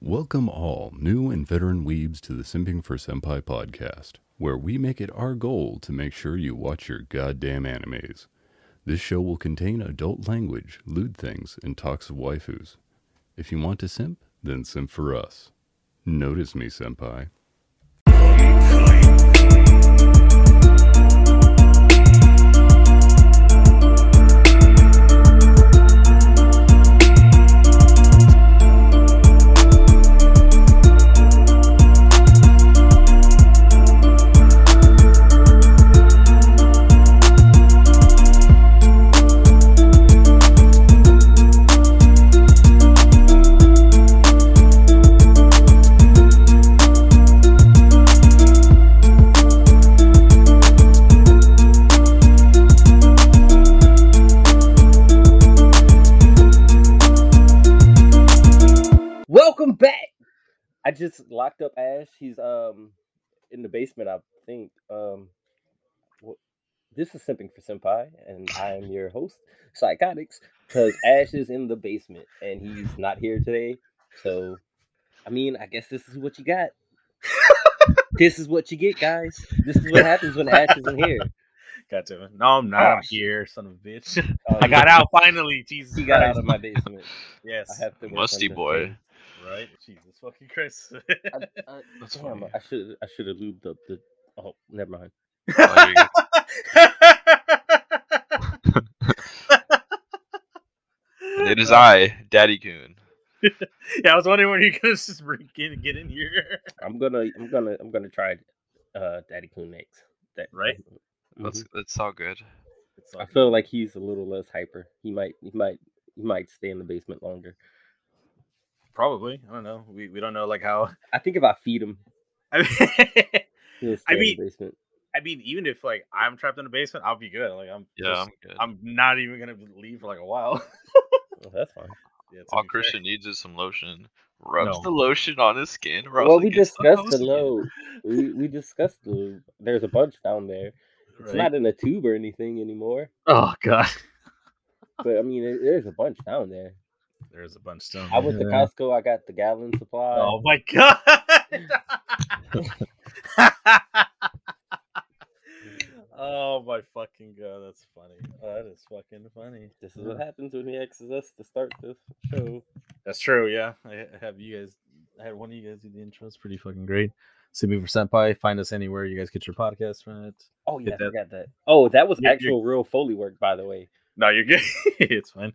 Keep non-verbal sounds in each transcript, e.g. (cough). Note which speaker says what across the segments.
Speaker 1: Welcome all new and veteran weebs to the Simping for Senpai podcast, where we make it our goal to make sure you watch your goddamn animes. This show will contain adult language, lewd things, and talks of waifus. If you want to simp, then simp for us. Notice me, senpai.
Speaker 2: Welcome back. I just locked up Ash. He's um in the basement, I think. Um, wh- this is Simping for Senpai, and I am your host, Psychotics, because Ash is in the basement and he's not here today. So, I mean, I guess this is what you got. this is what you get, guys. This is what happens when Ash isn't here.
Speaker 3: God damn it. No, I'm not.
Speaker 2: Ah.
Speaker 3: I'm here, son of a bitch.
Speaker 2: (laughs) Um,
Speaker 3: (laughs) I got out finally. Jesus
Speaker 2: He got
Speaker 3: Christ.
Speaker 2: out of my
Speaker 3: (laughs)
Speaker 2: basement.
Speaker 3: Yes.
Speaker 2: I have to. work
Speaker 4: Musty
Speaker 2: on the
Speaker 4: boy.
Speaker 3: Right? Jesus fucking Christ. (laughs)
Speaker 2: thing. I, I,
Speaker 4: That's
Speaker 2: damn,
Speaker 4: funny.
Speaker 2: I should I should have lubed up the. Oh, never mind.
Speaker 4: Like,
Speaker 2: (laughs)
Speaker 4: it is I, Daddy Coon.
Speaker 3: Uh, yeah, I was wondering when you guys just re- get, get in here. (laughs)
Speaker 2: I'm gonna I'm gonna I'm gonna try uh Daddy Coon next. That, Mm-hmm.
Speaker 3: Right?
Speaker 4: That's
Speaker 3: Mm-hmm.
Speaker 4: that's all good.
Speaker 3: It's
Speaker 2: I
Speaker 3: like,
Speaker 2: feel like he's a little less hyper. He might he might he might stay in the basement longer.
Speaker 3: probably. I don't know. We, we don't know like how. (laughs)
Speaker 2: I think if I feed him,
Speaker 3: I mean,
Speaker 2: he'll stay
Speaker 3: I
Speaker 2: in the basement.
Speaker 3: I mean, even if like I'm trapped in a basement, I'll be good. Like I'm.
Speaker 4: Yeah,
Speaker 3: just-
Speaker 4: I'm good.
Speaker 3: I'm not even gonna leave for like a while. (laughs)
Speaker 2: Well, Oh, that's fine.
Speaker 3: Yeah, to
Speaker 4: all
Speaker 3: be fair.
Speaker 4: Christian needs is some lotion. Rubs
Speaker 3: No.
Speaker 4: the lotion on his skin. Rubs
Speaker 2: Well,
Speaker 4: it
Speaker 2: we
Speaker 4: against
Speaker 2: discussed the
Speaker 4: house.
Speaker 2: load.
Speaker 3: (laughs)
Speaker 2: We we discussed the lube. There's a bunch down there. It's
Speaker 3: Right?
Speaker 2: not in a tube or anything anymore.
Speaker 3: Oh god,
Speaker 2: But I mean, there- there's a bunch down there.
Speaker 3: there's a bunch still.
Speaker 2: I went to Costco. I got the gallon supply.
Speaker 3: Oh my god. (laughs) oh my fucking god, that's funny. Oh, That is fucking funny.
Speaker 2: This is what happens when he asks us to start this show.
Speaker 3: That's true, yeah. I I have you guys I had one of you guys do the intro, it's pretty fucking great. Simi for Senpai, find us anywhere you guys get your podcast from it.
Speaker 2: Oh yeah,
Speaker 3: Hit
Speaker 2: I
Speaker 3: that-
Speaker 2: forgot that. Oh, that was
Speaker 3: Yeah, you're-
Speaker 2: actual real Foley work, by the way.
Speaker 3: No, you're good. (laughs) it's fine.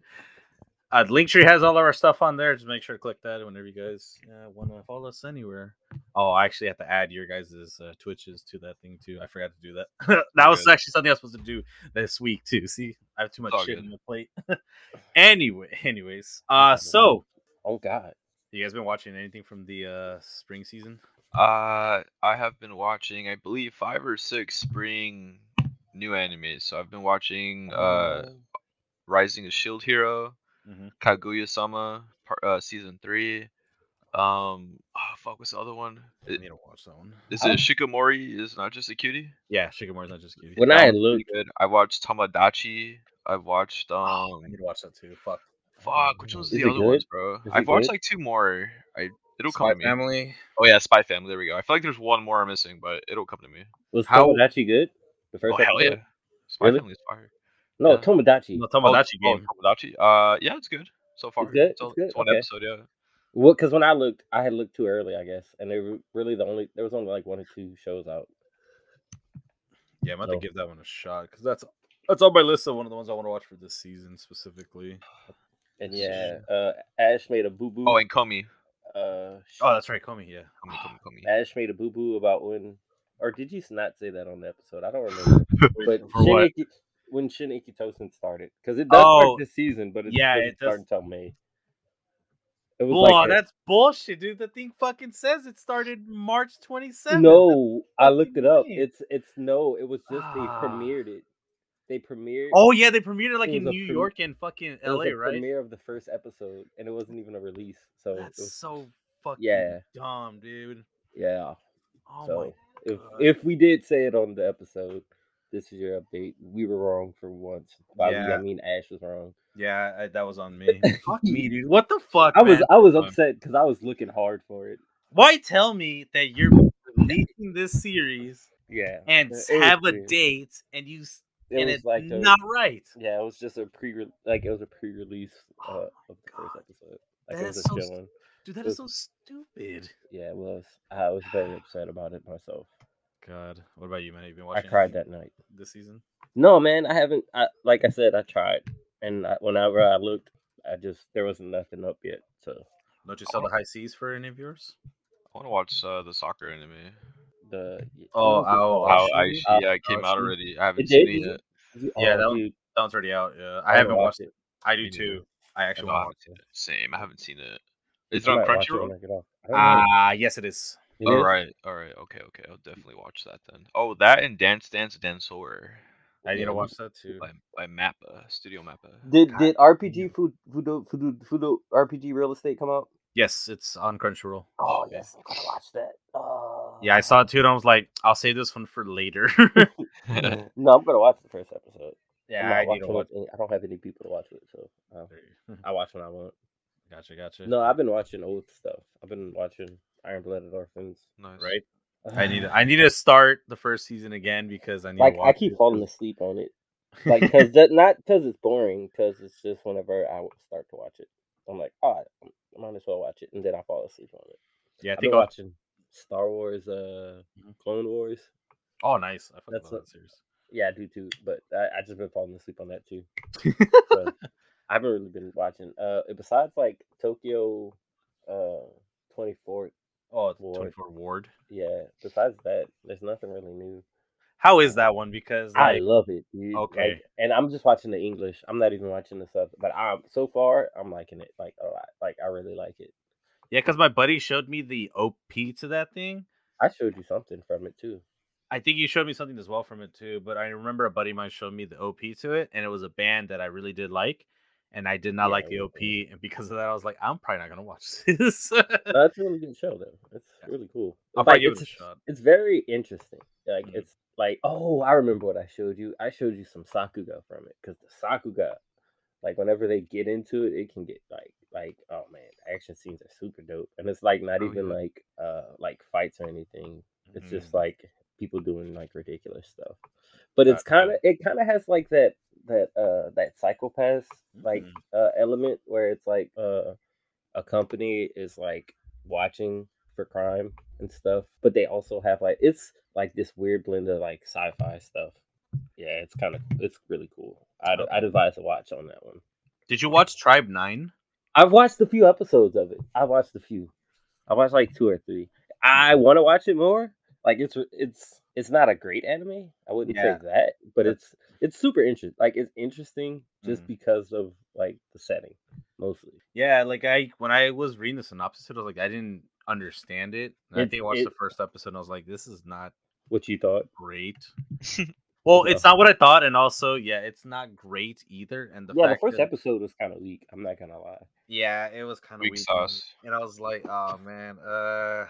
Speaker 3: Uh, Linktree has all of our stuff on there. Just make sure to click that whenever you guys uh, want to follow us anywhere. Oh, I actually have to add your guys' uh, Twitches to that thing too. I forgot to do that. (laughs) that was
Speaker 4: good.
Speaker 3: actually something I was supposed to do this week too. See, I have too much
Speaker 4: all
Speaker 3: shit
Speaker 4: good.
Speaker 3: on my plate. (laughs) anyway, anyways, uh, so
Speaker 2: Oh God,
Speaker 3: you guys been watching anything from the uh spring season?
Speaker 4: Uh, I have been watching, I believe, five or six spring new animes. So I've been watching uh, Rising of Shield Hero,
Speaker 3: Mhm.
Speaker 4: Kaguya Sama, uh, season three. Um, oh, fuck, what's the other one?
Speaker 3: I
Speaker 4: I-
Speaker 3: need to watch that one.
Speaker 4: Is
Speaker 2: I
Speaker 4: it Shikamori is not just a cutie?
Speaker 3: Yeah, Shikamaru's not just kidding.
Speaker 2: When
Speaker 4: That
Speaker 2: I
Speaker 4: one's pretty
Speaker 2: looked-
Speaker 4: good. I watched Tamadachi. I've watched
Speaker 2: Oh,
Speaker 4: um
Speaker 3: I need to watch that too. Fuck.
Speaker 4: fuck, which one's
Speaker 2: Is
Speaker 4: the
Speaker 2: it
Speaker 4: other ones,
Speaker 2: good?
Speaker 4: bro?
Speaker 2: it
Speaker 4: I've watched
Speaker 2: good?
Speaker 4: like two more. I it'll
Speaker 3: Spy
Speaker 4: come to me.
Speaker 3: Family.
Speaker 4: Oh yeah, Spy Family, there we go. I feel like there's one more I'm missing, but it'll come to me.
Speaker 2: was
Speaker 4: How-
Speaker 2: Tomodachi good? The first
Speaker 4: Oh hell
Speaker 2: episode?
Speaker 4: yeah. Spy
Speaker 2: Really?
Speaker 4: Family's fire.
Speaker 2: No,
Speaker 4: Yeah.
Speaker 2: Tomodachi.
Speaker 3: No,
Speaker 4: Oh,
Speaker 3: Tomodachi
Speaker 4: oh,
Speaker 3: game.
Speaker 4: Tamagotchi? Uh yeah, it's good so far.
Speaker 2: good? It's
Speaker 4: only-
Speaker 2: good?
Speaker 4: one
Speaker 2: Okay.
Speaker 4: episode, yeah.
Speaker 2: Well, because when I looked, I had looked too early, I guess, and they were really the only. There was only like one or two shows out.
Speaker 3: Yeah, I'm about
Speaker 2: So-
Speaker 3: to give that one a shot because that's that's on my list of one of the ones I want to watch for this season specifically.
Speaker 2: And yeah, uh, Ash made a boo boo.
Speaker 4: Oh and Komi.
Speaker 2: uh, sh-
Speaker 3: Oh, that's right, Comey. Yeah,
Speaker 4: Komi,
Speaker 2: (sighs)
Speaker 4: Komi, Komi.
Speaker 2: Ash made a boo boo about when, or did you not say that on the episode? I don't remember.
Speaker 4: (laughs)
Speaker 2: but
Speaker 3: For what?
Speaker 2: Shiniki, when Shin Ikitosen started, because it does
Speaker 3: Oh,
Speaker 2: start this season, but it
Speaker 3: yeah,
Speaker 2: doesn't
Speaker 3: it does-
Speaker 2: start until May. It was
Speaker 3: Whoa,
Speaker 2: like a-
Speaker 3: that's bullshit, dude. The thing fucking says it started March 27th.
Speaker 2: No, I
Speaker 3: fucking
Speaker 2: looked it up.
Speaker 3: lame.
Speaker 2: It's it's no. It was just they
Speaker 3: Ah.
Speaker 2: premiered it. They premiered.
Speaker 3: Oh yeah, they premiered it like
Speaker 2: It
Speaker 3: in
Speaker 2: was a
Speaker 3: New
Speaker 2: pre-
Speaker 3: York and fucking
Speaker 2: it was
Speaker 3: LA,
Speaker 2: a
Speaker 3: right?
Speaker 2: Premiere of the first episode, and it wasn't even a release. So it
Speaker 3: That's
Speaker 2: was,
Speaker 3: so fucking
Speaker 2: Yeah.
Speaker 3: dumb, dude.
Speaker 2: yeah.
Speaker 3: Oh
Speaker 2: so
Speaker 3: my
Speaker 2: if
Speaker 3: God.
Speaker 2: if we did say it on the episode, This is your update. We were wrong for once. By we, I
Speaker 3: Yeah.
Speaker 2: mean Ash was wrong.
Speaker 3: Yeah, I, that was on me. fuck me, dude. What the fuck?
Speaker 2: I was
Speaker 3: man?
Speaker 2: I was
Speaker 4: Um,
Speaker 2: upset because I was looking hard for it.
Speaker 3: Why tell me that you're releasing this series
Speaker 2: Yeah,
Speaker 3: and
Speaker 2: It was
Speaker 3: have a
Speaker 2: weird.
Speaker 3: date and you s-
Speaker 2: It
Speaker 3: and
Speaker 2: was
Speaker 3: it's
Speaker 2: like a,
Speaker 3: not right?
Speaker 2: Yeah, it was just a pre like it was a pre release uh,
Speaker 3: Oh
Speaker 2: of the first
Speaker 3: God.
Speaker 2: episode. Like
Speaker 3: That
Speaker 2: it was
Speaker 3: is
Speaker 2: a
Speaker 3: so
Speaker 2: chill
Speaker 3: st-
Speaker 2: one.
Speaker 3: Dude, that
Speaker 2: it
Speaker 3: is so
Speaker 2: was-
Speaker 3: stupid.
Speaker 2: Yeah, it was. I was very upset about it myself.
Speaker 3: God, what about you, man? You've been
Speaker 2: I
Speaker 3: watching.
Speaker 2: cried that night.
Speaker 3: this season.
Speaker 2: No, man, I haven't. I, like I said, I tried, and I, whenever I looked, I just there wasn't nothing up yet. So
Speaker 3: Don't you sell the high seas for any of yours?
Speaker 4: I want to watch uh, the soccer anime.
Speaker 2: the
Speaker 3: Oh,
Speaker 2: oh,
Speaker 3: ow,
Speaker 4: Oh,
Speaker 3: ow,
Speaker 4: I
Speaker 3: Aishi?
Speaker 4: yeah, it came
Speaker 3: Aishi?
Speaker 4: out already. I haven't
Speaker 2: It
Speaker 4: seen
Speaker 2: did?
Speaker 4: it yet.
Speaker 2: oh,
Speaker 3: yeah, that one- That one's already out. Yeah, I, haven't watched it. I do
Speaker 4: Me neither.
Speaker 3: too. I
Speaker 4: I
Speaker 3: actually
Speaker 4: know I
Speaker 3: want
Speaker 4: haven't seen it. Same, I haven't seen it. Is it
Speaker 2: I
Speaker 4: on
Speaker 2: might watch it
Speaker 4: Crunchyroll?
Speaker 2: when I get off. I
Speaker 3: to.
Speaker 2: don't know.
Speaker 3: Ah, yes, it is.
Speaker 2: It
Speaker 4: All
Speaker 2: is?
Speaker 4: Oh, right, all right, okay, okay. I'll definitely watch that then. Oh, that and Dance Dance Dancer
Speaker 3: I need
Speaker 2: Yeah,
Speaker 3: to watch that too.
Speaker 4: by by Mappa Studio Mappa.
Speaker 2: Did
Speaker 3: God
Speaker 2: did RPG Food uh, Fudo Fudo Fudo RPG Real Estate come out?
Speaker 3: Yes, it's on Crunchyroll.
Speaker 2: Oh
Speaker 4: (laughs)
Speaker 2: yes, I'm gonna watch that. Oh.
Speaker 3: Yeah,
Speaker 2: (laughs)
Speaker 3: I saw it too, and I was like, I'll save this one for later. (laughs)
Speaker 2: no, I'm gonna watch the first episode. I'm
Speaker 3: yeah,
Speaker 2: not
Speaker 3: I need
Speaker 2: watching
Speaker 3: to
Speaker 2: with
Speaker 3: watch.
Speaker 2: any- I don't have any people to watch with, so uh, I watch when I want.
Speaker 3: (laughs) Gotcha, gotcha.
Speaker 2: No, I've been watching old stuff. I've been watching Iron Blooded Orphans.
Speaker 4: nice.
Speaker 3: right.
Speaker 2: (sighs)
Speaker 3: I need. to- I need to start the first season again because I need.
Speaker 2: like
Speaker 3: to
Speaker 2: I
Speaker 3: watch
Speaker 2: keep
Speaker 3: it.
Speaker 2: falling asleep on it, like because that not because it's boring, because it's just whenever I start to watch it, I'm like, oh, I I might as well watch it, and then I fall asleep on it.
Speaker 3: yeah, I
Speaker 2: I've been
Speaker 3: think. I'll, Mm-hmm.
Speaker 2: watching Star Wars, uh, Clone Wars.
Speaker 3: oh, nice. I fucking
Speaker 2: That's
Speaker 3: love
Speaker 2: what-
Speaker 3: that series.
Speaker 2: Yeah, I do too, but I, I just been falling asleep on that too.
Speaker 3: (laughs)
Speaker 2: so, I haven't really been watching. Uh, besides like Tokyo, uh, twenty fourth.
Speaker 3: Oh, it's
Speaker 2: Ward.
Speaker 3: 24 Ward.
Speaker 2: Yeah. Besides that, there's nothing really new.
Speaker 3: How is that one? Because
Speaker 2: I
Speaker 3: like,
Speaker 2: love it, dude. Like,
Speaker 3: Okay.
Speaker 2: and I'm just watching the English. I'm not even watching the sub. But I'm so far, I'm liking it like a lot. Like I really like it.
Speaker 3: yeah, because my buddy showed me the OP to that thing.
Speaker 2: I showed you something from it too.
Speaker 3: I think you showed me something as well from it too, but I remember a buddy of mine showed me the OP to it, and it was a band that I really did like, and I did not
Speaker 2: Yeah,
Speaker 3: like
Speaker 2: it
Speaker 3: the
Speaker 2: was
Speaker 3: OP, and because of that, I was like, I'm probably not gonna watch (laughs) this.
Speaker 2: That's a really good show though. It's
Speaker 3: Yeah.
Speaker 2: really cool.
Speaker 3: I'll
Speaker 2: It's like,
Speaker 3: probably give it
Speaker 2: it's,
Speaker 3: a shot.
Speaker 2: it's very interesting. Like
Speaker 3: Mhm.
Speaker 2: it's like oh, I remember what I showed you. I showed you some sakuga from it because the sakuga, like whenever they get into it, it can get like like oh man, action scenes are super dope, and it's like not
Speaker 4: Oh,
Speaker 2: even
Speaker 4: yeah.
Speaker 2: like uh like fights or anything. It's just
Speaker 3: Mhm.
Speaker 2: like people doing like ridiculous stuff. But it's
Speaker 3: Gotcha.
Speaker 2: kind of it kind of has like that that uh that psychopath like
Speaker 3: Mhm.
Speaker 2: uh element where it's like uh a company is like watching for crime and stuff, but they also have like it's like this weird blend of like sci-fi stuff. Yeah, it's kind of it's really cool. I'd
Speaker 3: Okay.
Speaker 2: I'd advise a watch on that one.
Speaker 3: Did you watch Tribe Nine?
Speaker 2: I've watched a few episodes of it. I watched a few. I watched like two or three. I want to watch it more. Like it's it's it's not a great anime. I wouldn't
Speaker 3: Yeah.
Speaker 2: say that, but
Speaker 3: Yeah.
Speaker 2: it's it's super interesting. Like it's interesting just
Speaker 3: Mhm.
Speaker 2: because of like the setting mostly.
Speaker 3: Yeah, like I when I was reading the synopsis, I was like, I didn't understand it. And I
Speaker 2: It-
Speaker 3: think I watched the
Speaker 2: it-
Speaker 3: first episode, and I was like, this is not
Speaker 2: What you thought?
Speaker 3: great. (laughs) Well,
Speaker 2: Yeah.
Speaker 3: it's not what I thought, and also, yeah, it's not great either. And the
Speaker 2: yeah, the
Speaker 3: fact
Speaker 2: first
Speaker 3: that-
Speaker 2: episode was kind of weak. I'm not gonna lie.
Speaker 3: Yeah, it was kind of
Speaker 4: Weak
Speaker 3: weak.
Speaker 4: sauce.
Speaker 3: And I was like, oh man. Uh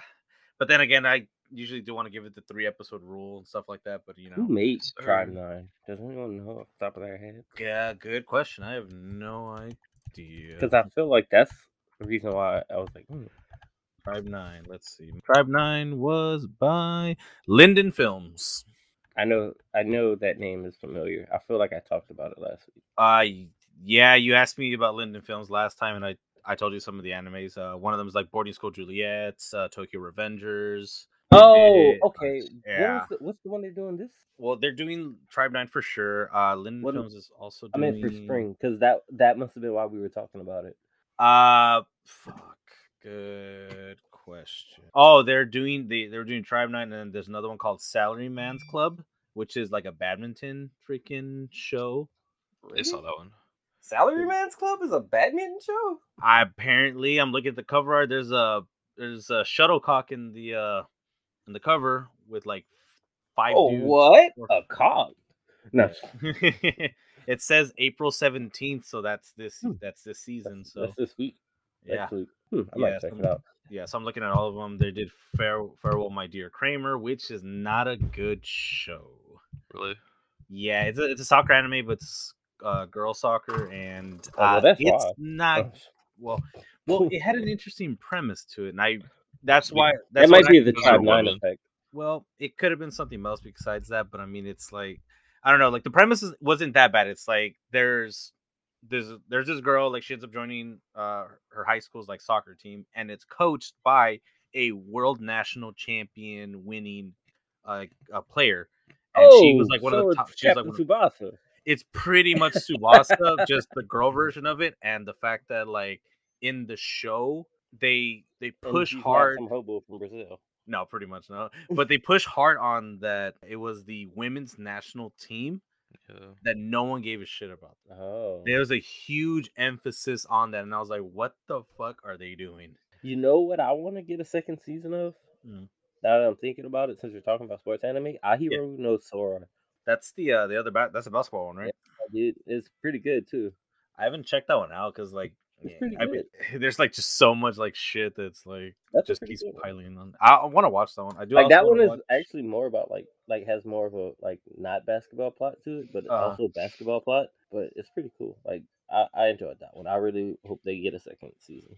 Speaker 3: but then again, I usually do want to give it the three episode rule and stuff like that. But you know,
Speaker 2: Who made
Speaker 4: Sir.
Speaker 2: Tribe Nine? Does anyone know off the top of their head?
Speaker 3: yeah, good question. I have no idea.
Speaker 2: Because I feel like that's the reason why I was like, hmm.
Speaker 3: Tribe Nine, let's see. Tribe Nine was by Linden Films.
Speaker 2: I know, I know that name is familiar. I feel like I talked about it last week.
Speaker 3: Uh y- yeah, you asked me about Linden Films last time, and I I told you some of the animes. Uh, one of them is like Boarding School Juliet's, uh, Tokyo Revengers.
Speaker 2: Oh,
Speaker 3: did-
Speaker 2: okay. What
Speaker 3: yeah.
Speaker 2: was the, what's the one they're doing this?
Speaker 3: Well, they're doing Tribe Nine for sure. Uh, Linden
Speaker 2: What-
Speaker 3: Films is also.
Speaker 2: I
Speaker 3: doing...
Speaker 2: meant for spring because that that must have been why we were talking about it.
Speaker 3: Uh fuck. Good question. Oh, they're doing the they're doing Tribe Night, and then there's another one called Salary Man's Club, which is like a badminton freaking show.
Speaker 4: I saw that one.
Speaker 2: Salaryman's Club is a badminton show.
Speaker 3: I apparently I'm looking at the cover art. There's a there's a shuttlecock in the uh in the cover with like five.
Speaker 2: oh,
Speaker 3: dudes.
Speaker 2: what
Speaker 3: Or-
Speaker 2: a cog! No,
Speaker 3: (laughs)
Speaker 2: (laughs)
Speaker 3: it says April seventeenth, so that's this
Speaker 2: Hmm.
Speaker 3: that's this season.
Speaker 2: that's,
Speaker 3: So
Speaker 2: that's this week.
Speaker 3: yeah,
Speaker 2: Next week. Hmm, I
Speaker 3: Yeah,
Speaker 2: might check it
Speaker 3: something-
Speaker 2: out.
Speaker 3: yeah. So I'm looking at all of them. They did Fare- Farewell, My Dear Kramer, which is not a good show.
Speaker 4: Really?
Speaker 3: Yeah, it's a, it's a soccer anime, but it's uh, girl soccer, and
Speaker 2: Oh, well,
Speaker 3: uh,
Speaker 2: that's Oh.
Speaker 3: it's
Speaker 2: why. (laughs)
Speaker 3: not well. Well, it had an interesting premise to it, and I that's why
Speaker 2: that
Speaker 3: that's
Speaker 2: might
Speaker 3: what I-
Speaker 2: be the
Speaker 4: those
Speaker 2: top
Speaker 4: are
Speaker 2: nine
Speaker 4: women.
Speaker 2: effect.
Speaker 3: well, it could have been something else besides that, but I mean, it's like I don't know, like the premise is, wasn't that bad. It's like there's there's there's this girl like she ends up joining uh her high school's like soccer team, and it's coached by a world national champion winning uh, a player, and she was like one of
Speaker 2: Oh, so
Speaker 3: the
Speaker 2: it's
Speaker 3: top. She was like
Speaker 2: Captain
Speaker 3: one of,
Speaker 2: Tsubasa.
Speaker 3: it's pretty much Subasa, just the girl version of it, and the fact that like in the show they they
Speaker 2: and
Speaker 3: push
Speaker 2: he's not
Speaker 3: hard
Speaker 2: Some hobo from Brazil.
Speaker 3: no, pretty much no. But they push hard on that it was the women's national team
Speaker 4: Yeah.
Speaker 3: that no one gave a shit about.
Speaker 2: Oh,
Speaker 3: There was a huge emphasis on that, and I was like, "What the fuck are they doing?"
Speaker 2: you know what? I want to get a second season of. Hmm.
Speaker 3: Mm.
Speaker 2: Now that I'm thinking about it, since you're talking about sports anime, Ahiro no Sora.
Speaker 3: That's the uh, the other bat. That's a basketball one, right?
Speaker 2: Dude, it's pretty good too.
Speaker 3: I haven't checked that one out because like,
Speaker 2: It's
Speaker 3: yeah,
Speaker 2: pretty
Speaker 3: I mean, (laughs) there's like just so much like shit that's like
Speaker 2: That's a
Speaker 3: just
Speaker 2: pretty
Speaker 3: keeps
Speaker 2: good one.
Speaker 3: piling on. I, I want to watch that one. I do
Speaker 2: Like
Speaker 3: also
Speaker 2: that one
Speaker 3: wanna
Speaker 2: is
Speaker 3: watch-
Speaker 2: actually more about like like has more of a like not basketball plot to it, but
Speaker 3: Uh-huh.
Speaker 2: also basketball plot. But it's pretty cool. Like I, I enjoyed that one. I really hope they get a second season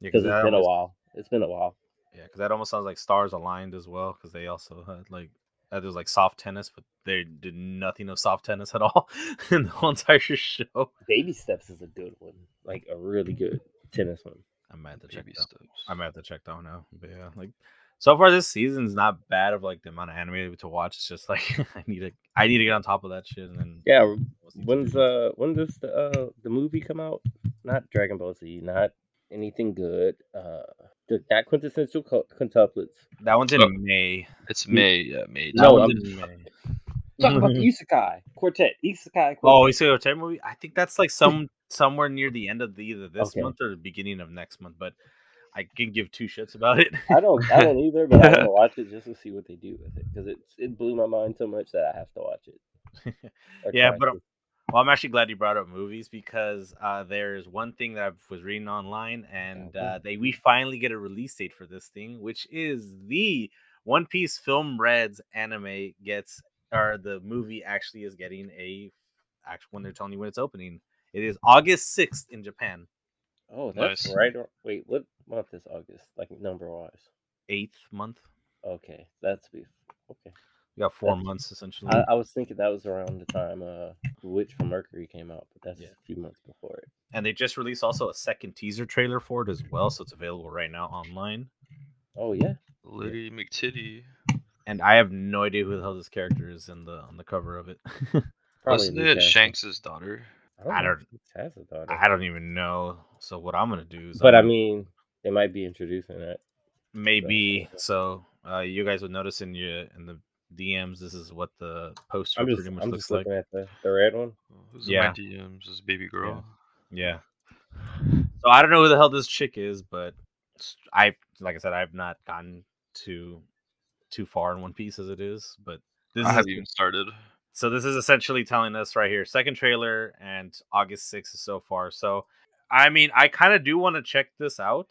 Speaker 3: yeah,
Speaker 2: because
Speaker 3: that
Speaker 2: it's been a
Speaker 3: almost-
Speaker 2: while. It's been a while.
Speaker 3: Yeah, because that almost sounds like stars aligned as well, because they also had like uh, there was like soft tennis, but they did nothing of soft tennis at all (laughs) in the whole entire show.
Speaker 2: Baby Steps is a good one, like a really good tennis one.
Speaker 3: I might have to check
Speaker 4: Baby
Speaker 3: that.
Speaker 4: steps.
Speaker 3: I might have to check that one out. But yeah, like so far this season's not bad of like the amount of anime to watch. It's just like (laughs) I need to I need to get on top of that shit. And then
Speaker 2: Yeah,
Speaker 3: we'll see what to
Speaker 2: When's
Speaker 3: do.
Speaker 2: uh when does the uh the movie come out? Not Dragon Ball Z, not anything good. Uh, the, not quintessential co- quintuplets.
Speaker 3: that one's in
Speaker 4: Uh,
Speaker 3: May.
Speaker 4: It's May. Yeah, May.
Speaker 3: That
Speaker 2: No,
Speaker 3: one's
Speaker 2: I'm-
Speaker 3: in May.
Speaker 2: Talk about the Isekai Quartet. Isekai Quartet.
Speaker 3: Mm-hmm. Oh, you see a terrible movie? I think that's like some somewhere near the end of the, either this
Speaker 2: Hmm. Okay.
Speaker 3: month or the beginning of next month, but I can give two shits about it.
Speaker 2: I don't, I
Speaker 3: (laughs)
Speaker 2: don't either, but I want to watch it just to see what they do with it because it it blew my mind so much that I have to watch it. Or
Speaker 3: (laughs) Yeah,
Speaker 2: try
Speaker 3: but
Speaker 2: to.
Speaker 3: I'm- well, I'm actually glad you brought up movies because uh, there's one thing that I was reading online, and
Speaker 2: Mhm.
Speaker 3: uh, they we finally get a release date for this thing, which is the One Piece Film Reds anime gets or the movie actually is getting a actually when they're telling you when it's opening. It is August 6th in Japan,
Speaker 2: oh, that's
Speaker 4: Nice.
Speaker 2: right. ar- Wait, what month is August? Like number wise?
Speaker 3: eighth month.
Speaker 2: Okay, that's be okay.
Speaker 3: We got four
Speaker 2: That's- uh
Speaker 3: months essentially.
Speaker 2: I, I was thinking that was around the time uh Witch from Mercury came out, but that's
Speaker 3: Yeah.
Speaker 2: a few months before it.
Speaker 3: and they just released also a second teaser trailer for it as well, so it's available right now online.
Speaker 2: Oh (laughs) yeah.
Speaker 4: Lady McTitty.
Speaker 3: And I have no idea who the hell this character is in the on the cover of it. (laughs)
Speaker 4: Wasn't
Speaker 2: Luke
Speaker 4: it
Speaker 2: Jackson.
Speaker 4: Shanks' daughter?
Speaker 3: I don't-
Speaker 2: think it has a daughter.
Speaker 3: I don't even know. So what I'm gonna do is,
Speaker 2: but I
Speaker 3: I'm-
Speaker 2: mean, they might be introducing that.
Speaker 3: maybe so uh, you guys would notice in your in the DMs, this is what the poster
Speaker 2: I'm just,
Speaker 3: pretty much
Speaker 2: I'm
Speaker 3: looks
Speaker 2: just
Speaker 3: like.
Speaker 2: looking at the, the red one.
Speaker 4: Oh, Who's
Speaker 3: Yeah.
Speaker 4: in my DMs? This baby girl.
Speaker 3: Yeah. So I don't know who the hell this chick is, but s- I like I said, I've not gotten too too far in One Piece as it is, but this
Speaker 4: I
Speaker 3: is
Speaker 4: haven't even started.
Speaker 3: So this is essentially telling us right here, second trailer and August 6th is so far. So I mean, I kind of do want to check this out.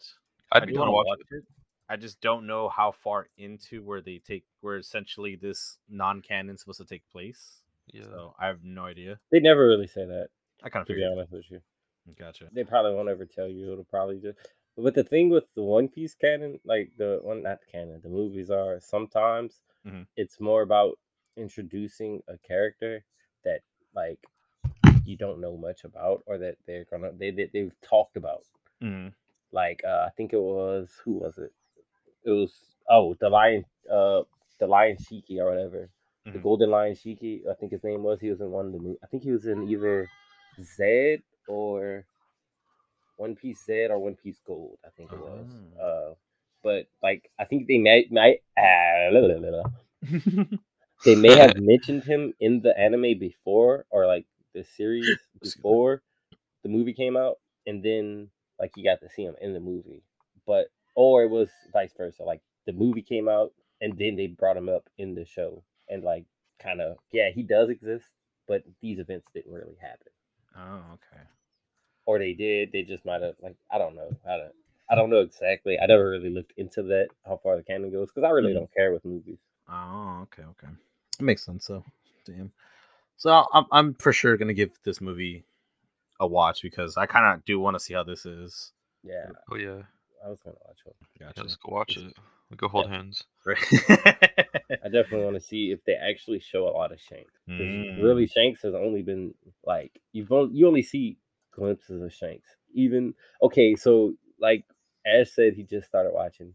Speaker 4: I'd
Speaker 3: I
Speaker 4: be
Speaker 3: do
Speaker 4: down to
Speaker 3: wanna
Speaker 4: watch it.
Speaker 3: I just don't know how far into where they take where essentially this non-canon is supposed to take place.
Speaker 4: Yeah.
Speaker 3: So I have no idea.
Speaker 2: They never really say that.
Speaker 3: I kind of
Speaker 2: To be
Speaker 3: figured. Mm,
Speaker 2: honest with you,
Speaker 3: Gotcha.
Speaker 2: they probably won't ever tell you. It'll probably just. But the thing with the One Piece canon, like the one not the canon, the movies are sometimes
Speaker 3: Mhm.
Speaker 2: it's more about introducing a character that like you don't know much about or that they're gonna they, they they've talked about.
Speaker 3: Mhm.
Speaker 2: like uh, I think it was who was it? It was oh the lion uh the lion Shiki or whatever the
Speaker 3: Mhm.
Speaker 2: golden lion Shiki I think his name was he was in one of the movies I think he was in either Zed or One Piece Zed or One Piece Gold I think it was
Speaker 3: Ah.
Speaker 2: uh but like I think they might might ah, la, la, la, la.
Speaker 3: Mm-hmm. (laughs)
Speaker 2: they may have mentioned him in the anime before or like the series
Speaker 3: Excuse me.
Speaker 2: before the movie came out and then like you got to see him in the movie but or it was vice versa like the movie came out and then they brought him up in the show and like kind of yeah he does exist but these events didn't really happen
Speaker 3: oh, okay.
Speaker 2: or they did they just might have like i don't know i don't i don't know exactly i never really looked into that how far the canon goes because i really
Speaker 3: Mhm.
Speaker 2: don't care with movies
Speaker 3: Oh, okay, okay. It makes sense though. Damn. So I'm I'm for sure gonna give this movie a watch because I kind of do want to see how this is.
Speaker 2: Yeah,
Speaker 4: Oh yeah. yeah
Speaker 2: I was gonna watch it.
Speaker 3: Gotcha.
Speaker 4: let's go watch it. We go
Speaker 2: (laughs)
Speaker 4: hold hands.
Speaker 3: Right.
Speaker 2: I definitely want to see if they actually show a lot of Shanks. 'Cause
Speaker 3: Mm.
Speaker 2: Really, Shanks has only been like you've only, you only see glimpses of Shanks. Even okay, so like Ash said, he just started watching.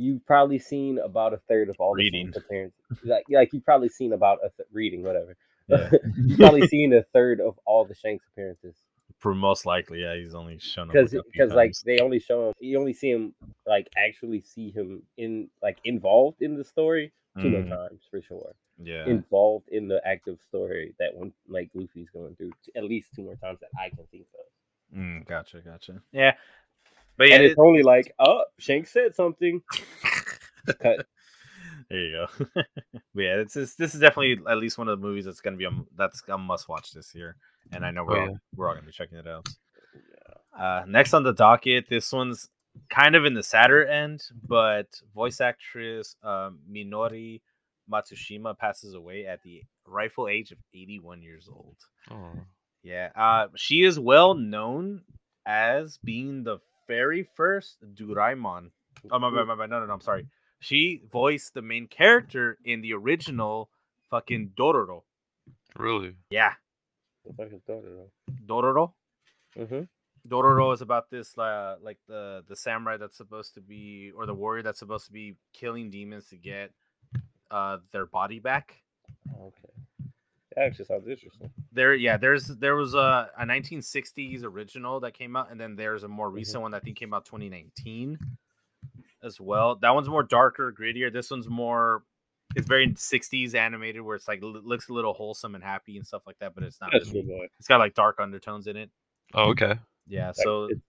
Speaker 2: You've probably seen about a third of all the
Speaker 3: Reading.
Speaker 2: Shanks appearances. Like, like you've probably seen about a th- reading, whatever.
Speaker 3: Yeah.
Speaker 2: (laughs) you've probably seen a third of all the Shanks appearances.
Speaker 3: (laughs) For most likely, yeah, he's only shown up
Speaker 2: because
Speaker 3: like, a few
Speaker 2: because like
Speaker 3: times.
Speaker 2: they only show him you only see him like actually see him in like involved in the story two more
Speaker 3: Mm,
Speaker 2: times for sure
Speaker 3: yeah,
Speaker 2: involved in the active story that one like luffy's going through t- at least two more times that i can think of
Speaker 3: Mm, gotcha, gotcha. Yeah, but yeah,
Speaker 2: and
Speaker 3: it-
Speaker 2: it's only like oh shanks said something cut
Speaker 3: there you go. (laughs) but yeah, it's, it's this is definitely at least one of the movies that's gonna be a, m- that's a must watch this year, and I know we're
Speaker 4: Oh,
Speaker 3: all, we're all gonna be checking it out. Uh, next on the docket, this one's kind of in the sadder end, but voice actress um, Minori Matsushima passes away at the rightful age of 81 years old.
Speaker 4: Oh.
Speaker 3: Yeah, uh, she is well known as being the very first Doraemon. Oh my, my, my, my, no, no, no, I'm sorry. She voiced the main character in the original fucking Dororo.
Speaker 4: Really?
Speaker 3: Yeah, Dororo.
Speaker 2: mm-hmm.
Speaker 3: Dororo is about this, uh, like the the samurai that's supposed to be, or the warrior that's supposed to be killing demons to get uh their body back.
Speaker 2: Oh, okay that actually sounds interesting
Speaker 3: there yeah there's there was a, a 1960s original that came out and then there's a more recent one that I think came out 2019 as well that one's more darker grittier this one's more it's very 60s animated where it's like l- looks a little wholesome and happy and stuff like that but it's not
Speaker 2: that's
Speaker 3: really-
Speaker 2: good boy
Speaker 3: it's got like dark undertones in it
Speaker 4: Oh, okay.
Speaker 3: yeah
Speaker 2: Like,
Speaker 3: so
Speaker 2: it's,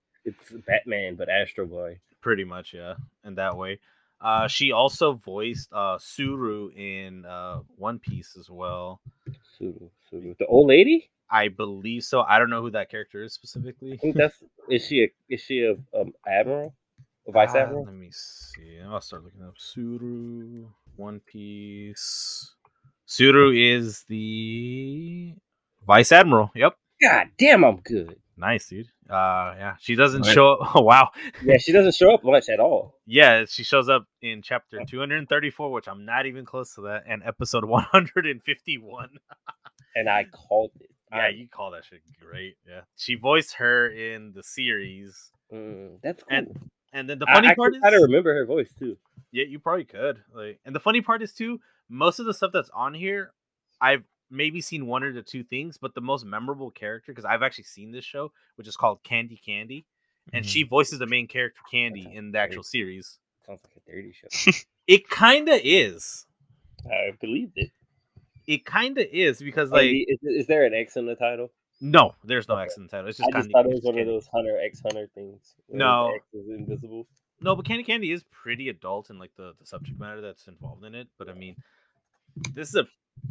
Speaker 2: it's batman but astro boy
Speaker 3: pretty much yeah in that way uh she also voiced uh suru in uh one piece as well
Speaker 2: Sulu, Sulu. the old lady
Speaker 3: i believe so i don't know who that character is specifically
Speaker 2: I think (laughs) that's is she a is she a um, admiral, a vice
Speaker 3: Uh,
Speaker 2: admiral?
Speaker 3: Let me see. I'll start looking up Suru, One Piece. Suru is the vice admiral. Yep.
Speaker 2: God damn, I'm good.
Speaker 3: Nice, dude. Uh, yeah. She doesn't
Speaker 4: Right.
Speaker 3: show (laughs) up. Oh, wow.
Speaker 2: Yeah, she doesn't show up much at all.
Speaker 3: Yeah, she shows up in chapter 234, which I'm not even close to that, and episode 151.
Speaker 2: And I called it.
Speaker 3: (laughs) Yeah,
Speaker 2: I-
Speaker 3: you call that shit great. Yeah. She voiced her in the series.
Speaker 2: mm, that's cool.
Speaker 3: And And then the
Speaker 2: I-
Speaker 3: funny
Speaker 2: I,
Speaker 3: part
Speaker 2: I try
Speaker 3: is
Speaker 2: to remember her voice too.
Speaker 3: Yeah, you probably could. Like, and the funny part is too, most of the stuff that's on here, I've maybe seen one or the two things, but the most memorable character because I've actually seen this show, which is called Candy Candy, and
Speaker 4: Mm-hmm.
Speaker 3: she voices the main character Candy in the actual series.
Speaker 2: Sounds like a dirty show.
Speaker 3: It kinda is.
Speaker 2: I believed it.
Speaker 3: It kinda is because
Speaker 2: Or
Speaker 3: like
Speaker 2: the- is, is there an X in the title?
Speaker 3: no, there's no
Speaker 2: Okay.
Speaker 3: X in the title. It's
Speaker 2: I
Speaker 3: just
Speaker 2: just
Speaker 3: Candy.
Speaker 2: thought it
Speaker 3: it's
Speaker 2: was
Speaker 3: just
Speaker 2: one of
Speaker 3: Candy.
Speaker 2: those Hunter X Hunter things. where
Speaker 3: No.
Speaker 2: the X is invisible.
Speaker 3: No, but Candy Candy is pretty adult in like the, the subject matter that's involved in it. But I mean, this is a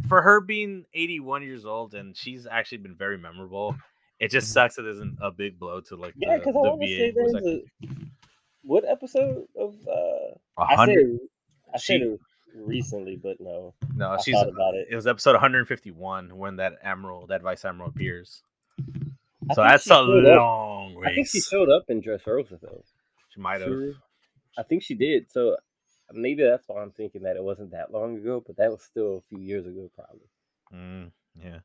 Speaker 3: for her being 81 years old and she's actually been very memorable. It just sucks that isn't a big blow to like
Speaker 2: Mm-hmm. Yeah,
Speaker 3: the,
Speaker 2: because I
Speaker 3: the
Speaker 2: want to say
Speaker 3: VA. Was
Speaker 2: there's a what episode of uh
Speaker 3: like
Speaker 2: I said
Speaker 3: 100.
Speaker 2: I said
Speaker 3: She-
Speaker 2: it was recently, but no,
Speaker 3: No,
Speaker 2: I
Speaker 3: she's
Speaker 2: thought about it.
Speaker 3: it was episode 151 when that emerald, that vice emerald appears.
Speaker 2: I
Speaker 3: So
Speaker 2: think
Speaker 3: that's
Speaker 2: she
Speaker 3: a
Speaker 2: showed up-
Speaker 3: long
Speaker 2: I think she
Speaker 3: ways.
Speaker 2: showed up in Dress Rosa though.
Speaker 3: She might have.
Speaker 2: Sure. I think she did. So maybe that's why I'm thinking that it wasn't that long ago, but that was still a few years ago, probably.
Speaker 3: Mm, yeah,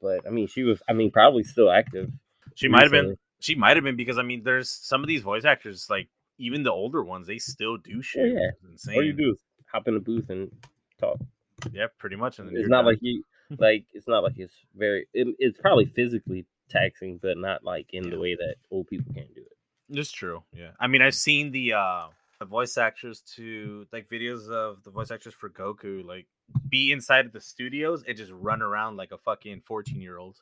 Speaker 2: But I mean, she was, I mean, probably still active.
Speaker 3: she might have been.
Speaker 2: recently.
Speaker 3: She might have been because I mean, there's some of these voice actors, like even the older ones, they still do shit.
Speaker 2: yeah.
Speaker 3: It's Insane.
Speaker 2: All you do is hop in a booth and talk.
Speaker 3: Yeah, pretty much. And then
Speaker 2: It's
Speaker 3: you're
Speaker 2: not
Speaker 3: done.
Speaker 2: like
Speaker 3: (laughs)
Speaker 2: you, like, it's not like it's very, it- it's probably physically taxing, but not like in the
Speaker 3: Yeah.
Speaker 2: way that old people can do it.
Speaker 3: it's true. Yeah, I mean, I've seen the uh the voice actors to like videos of the voice actors for Goku like be inside of the studios and just run around like a fucking fourteen year old,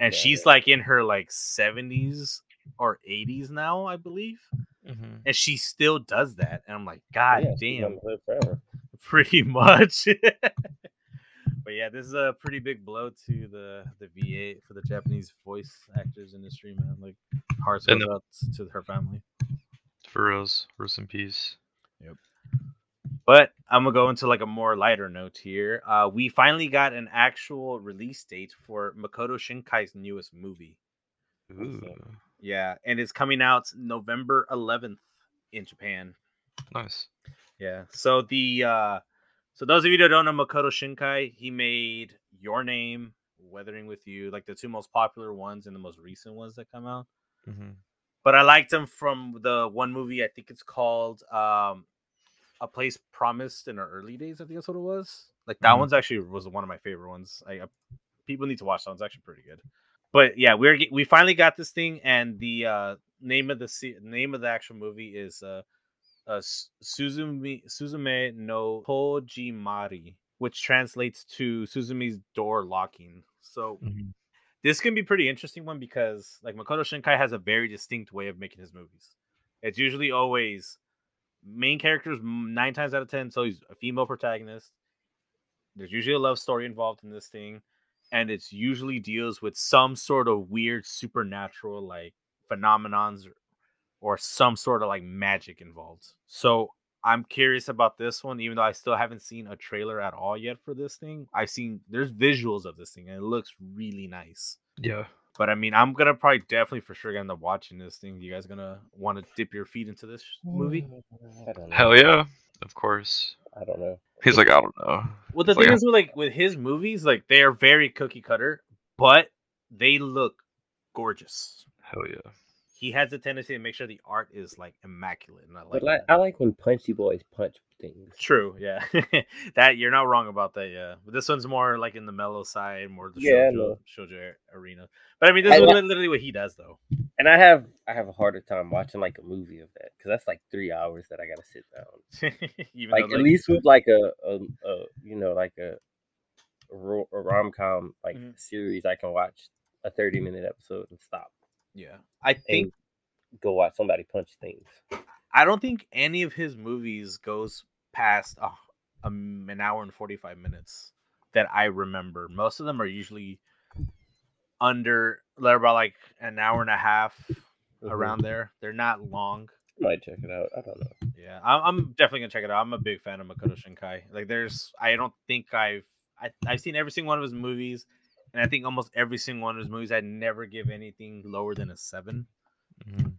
Speaker 3: and
Speaker 2: Yeah,
Speaker 3: she's
Speaker 2: yeah.
Speaker 3: like in her like seventies or eighties now, I believe,
Speaker 4: Mm-hmm.
Speaker 3: and she still does that. And I'm like, God
Speaker 2: Yeah, she's
Speaker 3: damn,
Speaker 2: gonna live forever.
Speaker 3: (laughs) pretty much. (laughs) but yeah, this is a pretty big blow to the the VA for the Japanese voice actors industry, man. Like, hearts
Speaker 4: And
Speaker 3: goes out to her family.
Speaker 4: For reals. Rest in peace.
Speaker 3: But I'm gonna go into like a more lighter note here. Uh, we finally got an actual release date for Makoto Shinkai's newest movie.
Speaker 4: Ooh,
Speaker 3: Yeah, and it's coming out November 11th in Japan.
Speaker 4: nice.
Speaker 3: Yeah. So the uh so those of you that don't know Makoto Shinkai, he made Your Name, Weathering with You, like the two most popular ones and the most recent ones that come out.
Speaker 4: Mm-hmm.
Speaker 3: But I liked him from the one movie I think it's called um A Place Promised in Our Early Days, I think that's what it was. Like that
Speaker 4: Mhm.
Speaker 3: one's actually was one of my favorite ones. I, I people need to watch that one's actually pretty good. But yeah, we're get- we finally got this thing and the uh name of the se- name of the actual movie is uh uh, S- Suzume Suzume no Tojimari, which translates to Suzumi's door locking. So
Speaker 4: Mhm.
Speaker 3: this can be pretty interesting one because like Makoto Shinkai has a very distinct way of making his movies. It's usually always main characters m- nine times out of ten. So he's a female protagonist. There's usually a love story involved in this thing, and it's usually deals with some sort of weird supernatural like phenomenons or some sort of like magic involved. So I'm curious about this one, even though I still haven't seen a trailer at all yet for this thing. I've seen there's visuals of this thing and it looks really nice.
Speaker 4: Yeah.
Speaker 3: But I mean, I'm gonna probably definitely for sure gonna end up watching this thing. You guys gonna want to dip your feet into this movie?
Speaker 2: Mm. I don't know.
Speaker 4: Hell yeah. Of course.
Speaker 2: I don't know.
Speaker 4: He's like, I don't know.
Speaker 3: Well, the
Speaker 4: It's like
Speaker 3: thing
Speaker 4: a-
Speaker 3: is, with, like with his movies, like they are very cookie cutter, but they look gorgeous.
Speaker 4: Hell yeah.
Speaker 3: He has a tendency to make sure the art is like immaculate, and I like.
Speaker 2: But like,
Speaker 3: that.
Speaker 2: I like when punchy boys punch things.
Speaker 3: True, yeah. (laughs) that you're not wrong about that, yeah. But this one's more like in the mellow side, more the
Speaker 2: Yeah, I
Speaker 3: shoujo,
Speaker 2: know.
Speaker 3: shoujo a- arena. But I mean, this
Speaker 2: I
Speaker 3: is
Speaker 2: like-
Speaker 3: li- literally what he does, though. (laughs)
Speaker 2: And I have I have a harder time watching like a movie of that because that's like three hours that I gotta sit down.
Speaker 3: Even
Speaker 2: Like
Speaker 3: though,
Speaker 2: at least with like a, a, a you know like a ro- a rom com like
Speaker 3: Mhm.
Speaker 2: series, I can watch a thirty minute episode and stop
Speaker 3: yeah. I think
Speaker 2: and go watch somebody punch things.
Speaker 3: I don't think any of his movies goes past a, um, an hour and 45 minutes that I remember. Most of them are usually under they're about like an hour and a half
Speaker 2: Mhm.
Speaker 3: around there. They're not long.
Speaker 2: might check it out. I don't know.
Speaker 3: Yeah, I'm, I'm definitely gonna check it out. I'm a big fan of Makoto Shinkai. Like, there's I don't think I've I, I've seen every single one of his movies, and I think almost every single one of his movies I'd never give anything lower than a seven.
Speaker 2: Mm-hmm.
Speaker 4: Mhm.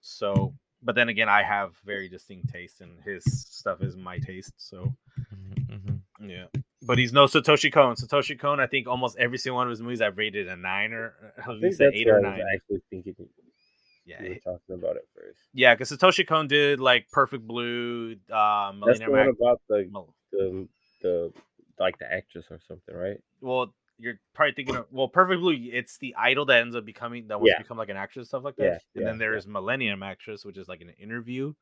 Speaker 3: So, but then again, I have very distinct taste, and his stuff is my taste. So,
Speaker 4: Mhm. Mhm.
Speaker 3: yeah. But he's no Satoshi Kon. Satoshi Kon, I think almost every single one of his movies I've rated a nine or (laughs) at
Speaker 2: I
Speaker 3: least
Speaker 2: think
Speaker 3: an
Speaker 2: that's
Speaker 3: eight
Speaker 2: what
Speaker 3: or
Speaker 2: I was
Speaker 3: nine.
Speaker 2: actually thinking
Speaker 3: Yeah,
Speaker 2: you were
Speaker 3: he-
Speaker 2: talking about it first.
Speaker 3: yeah, because Satoshi Kon did like Perfect Blue, uh,
Speaker 2: That's
Speaker 3: Millionaire
Speaker 2: the one
Speaker 3: Mac-
Speaker 2: about the,
Speaker 3: Mil-
Speaker 2: the the like the actress or something, right?
Speaker 3: well you're probably thinking of well perfect blue it's the idol that ends up becoming that wants
Speaker 2: Yeah.
Speaker 3: to become like an actress stuff like that
Speaker 2: Yeah,
Speaker 3: and
Speaker 2: yeah,
Speaker 3: then there
Speaker 2: yeah.
Speaker 3: is millennium actress which is like an interview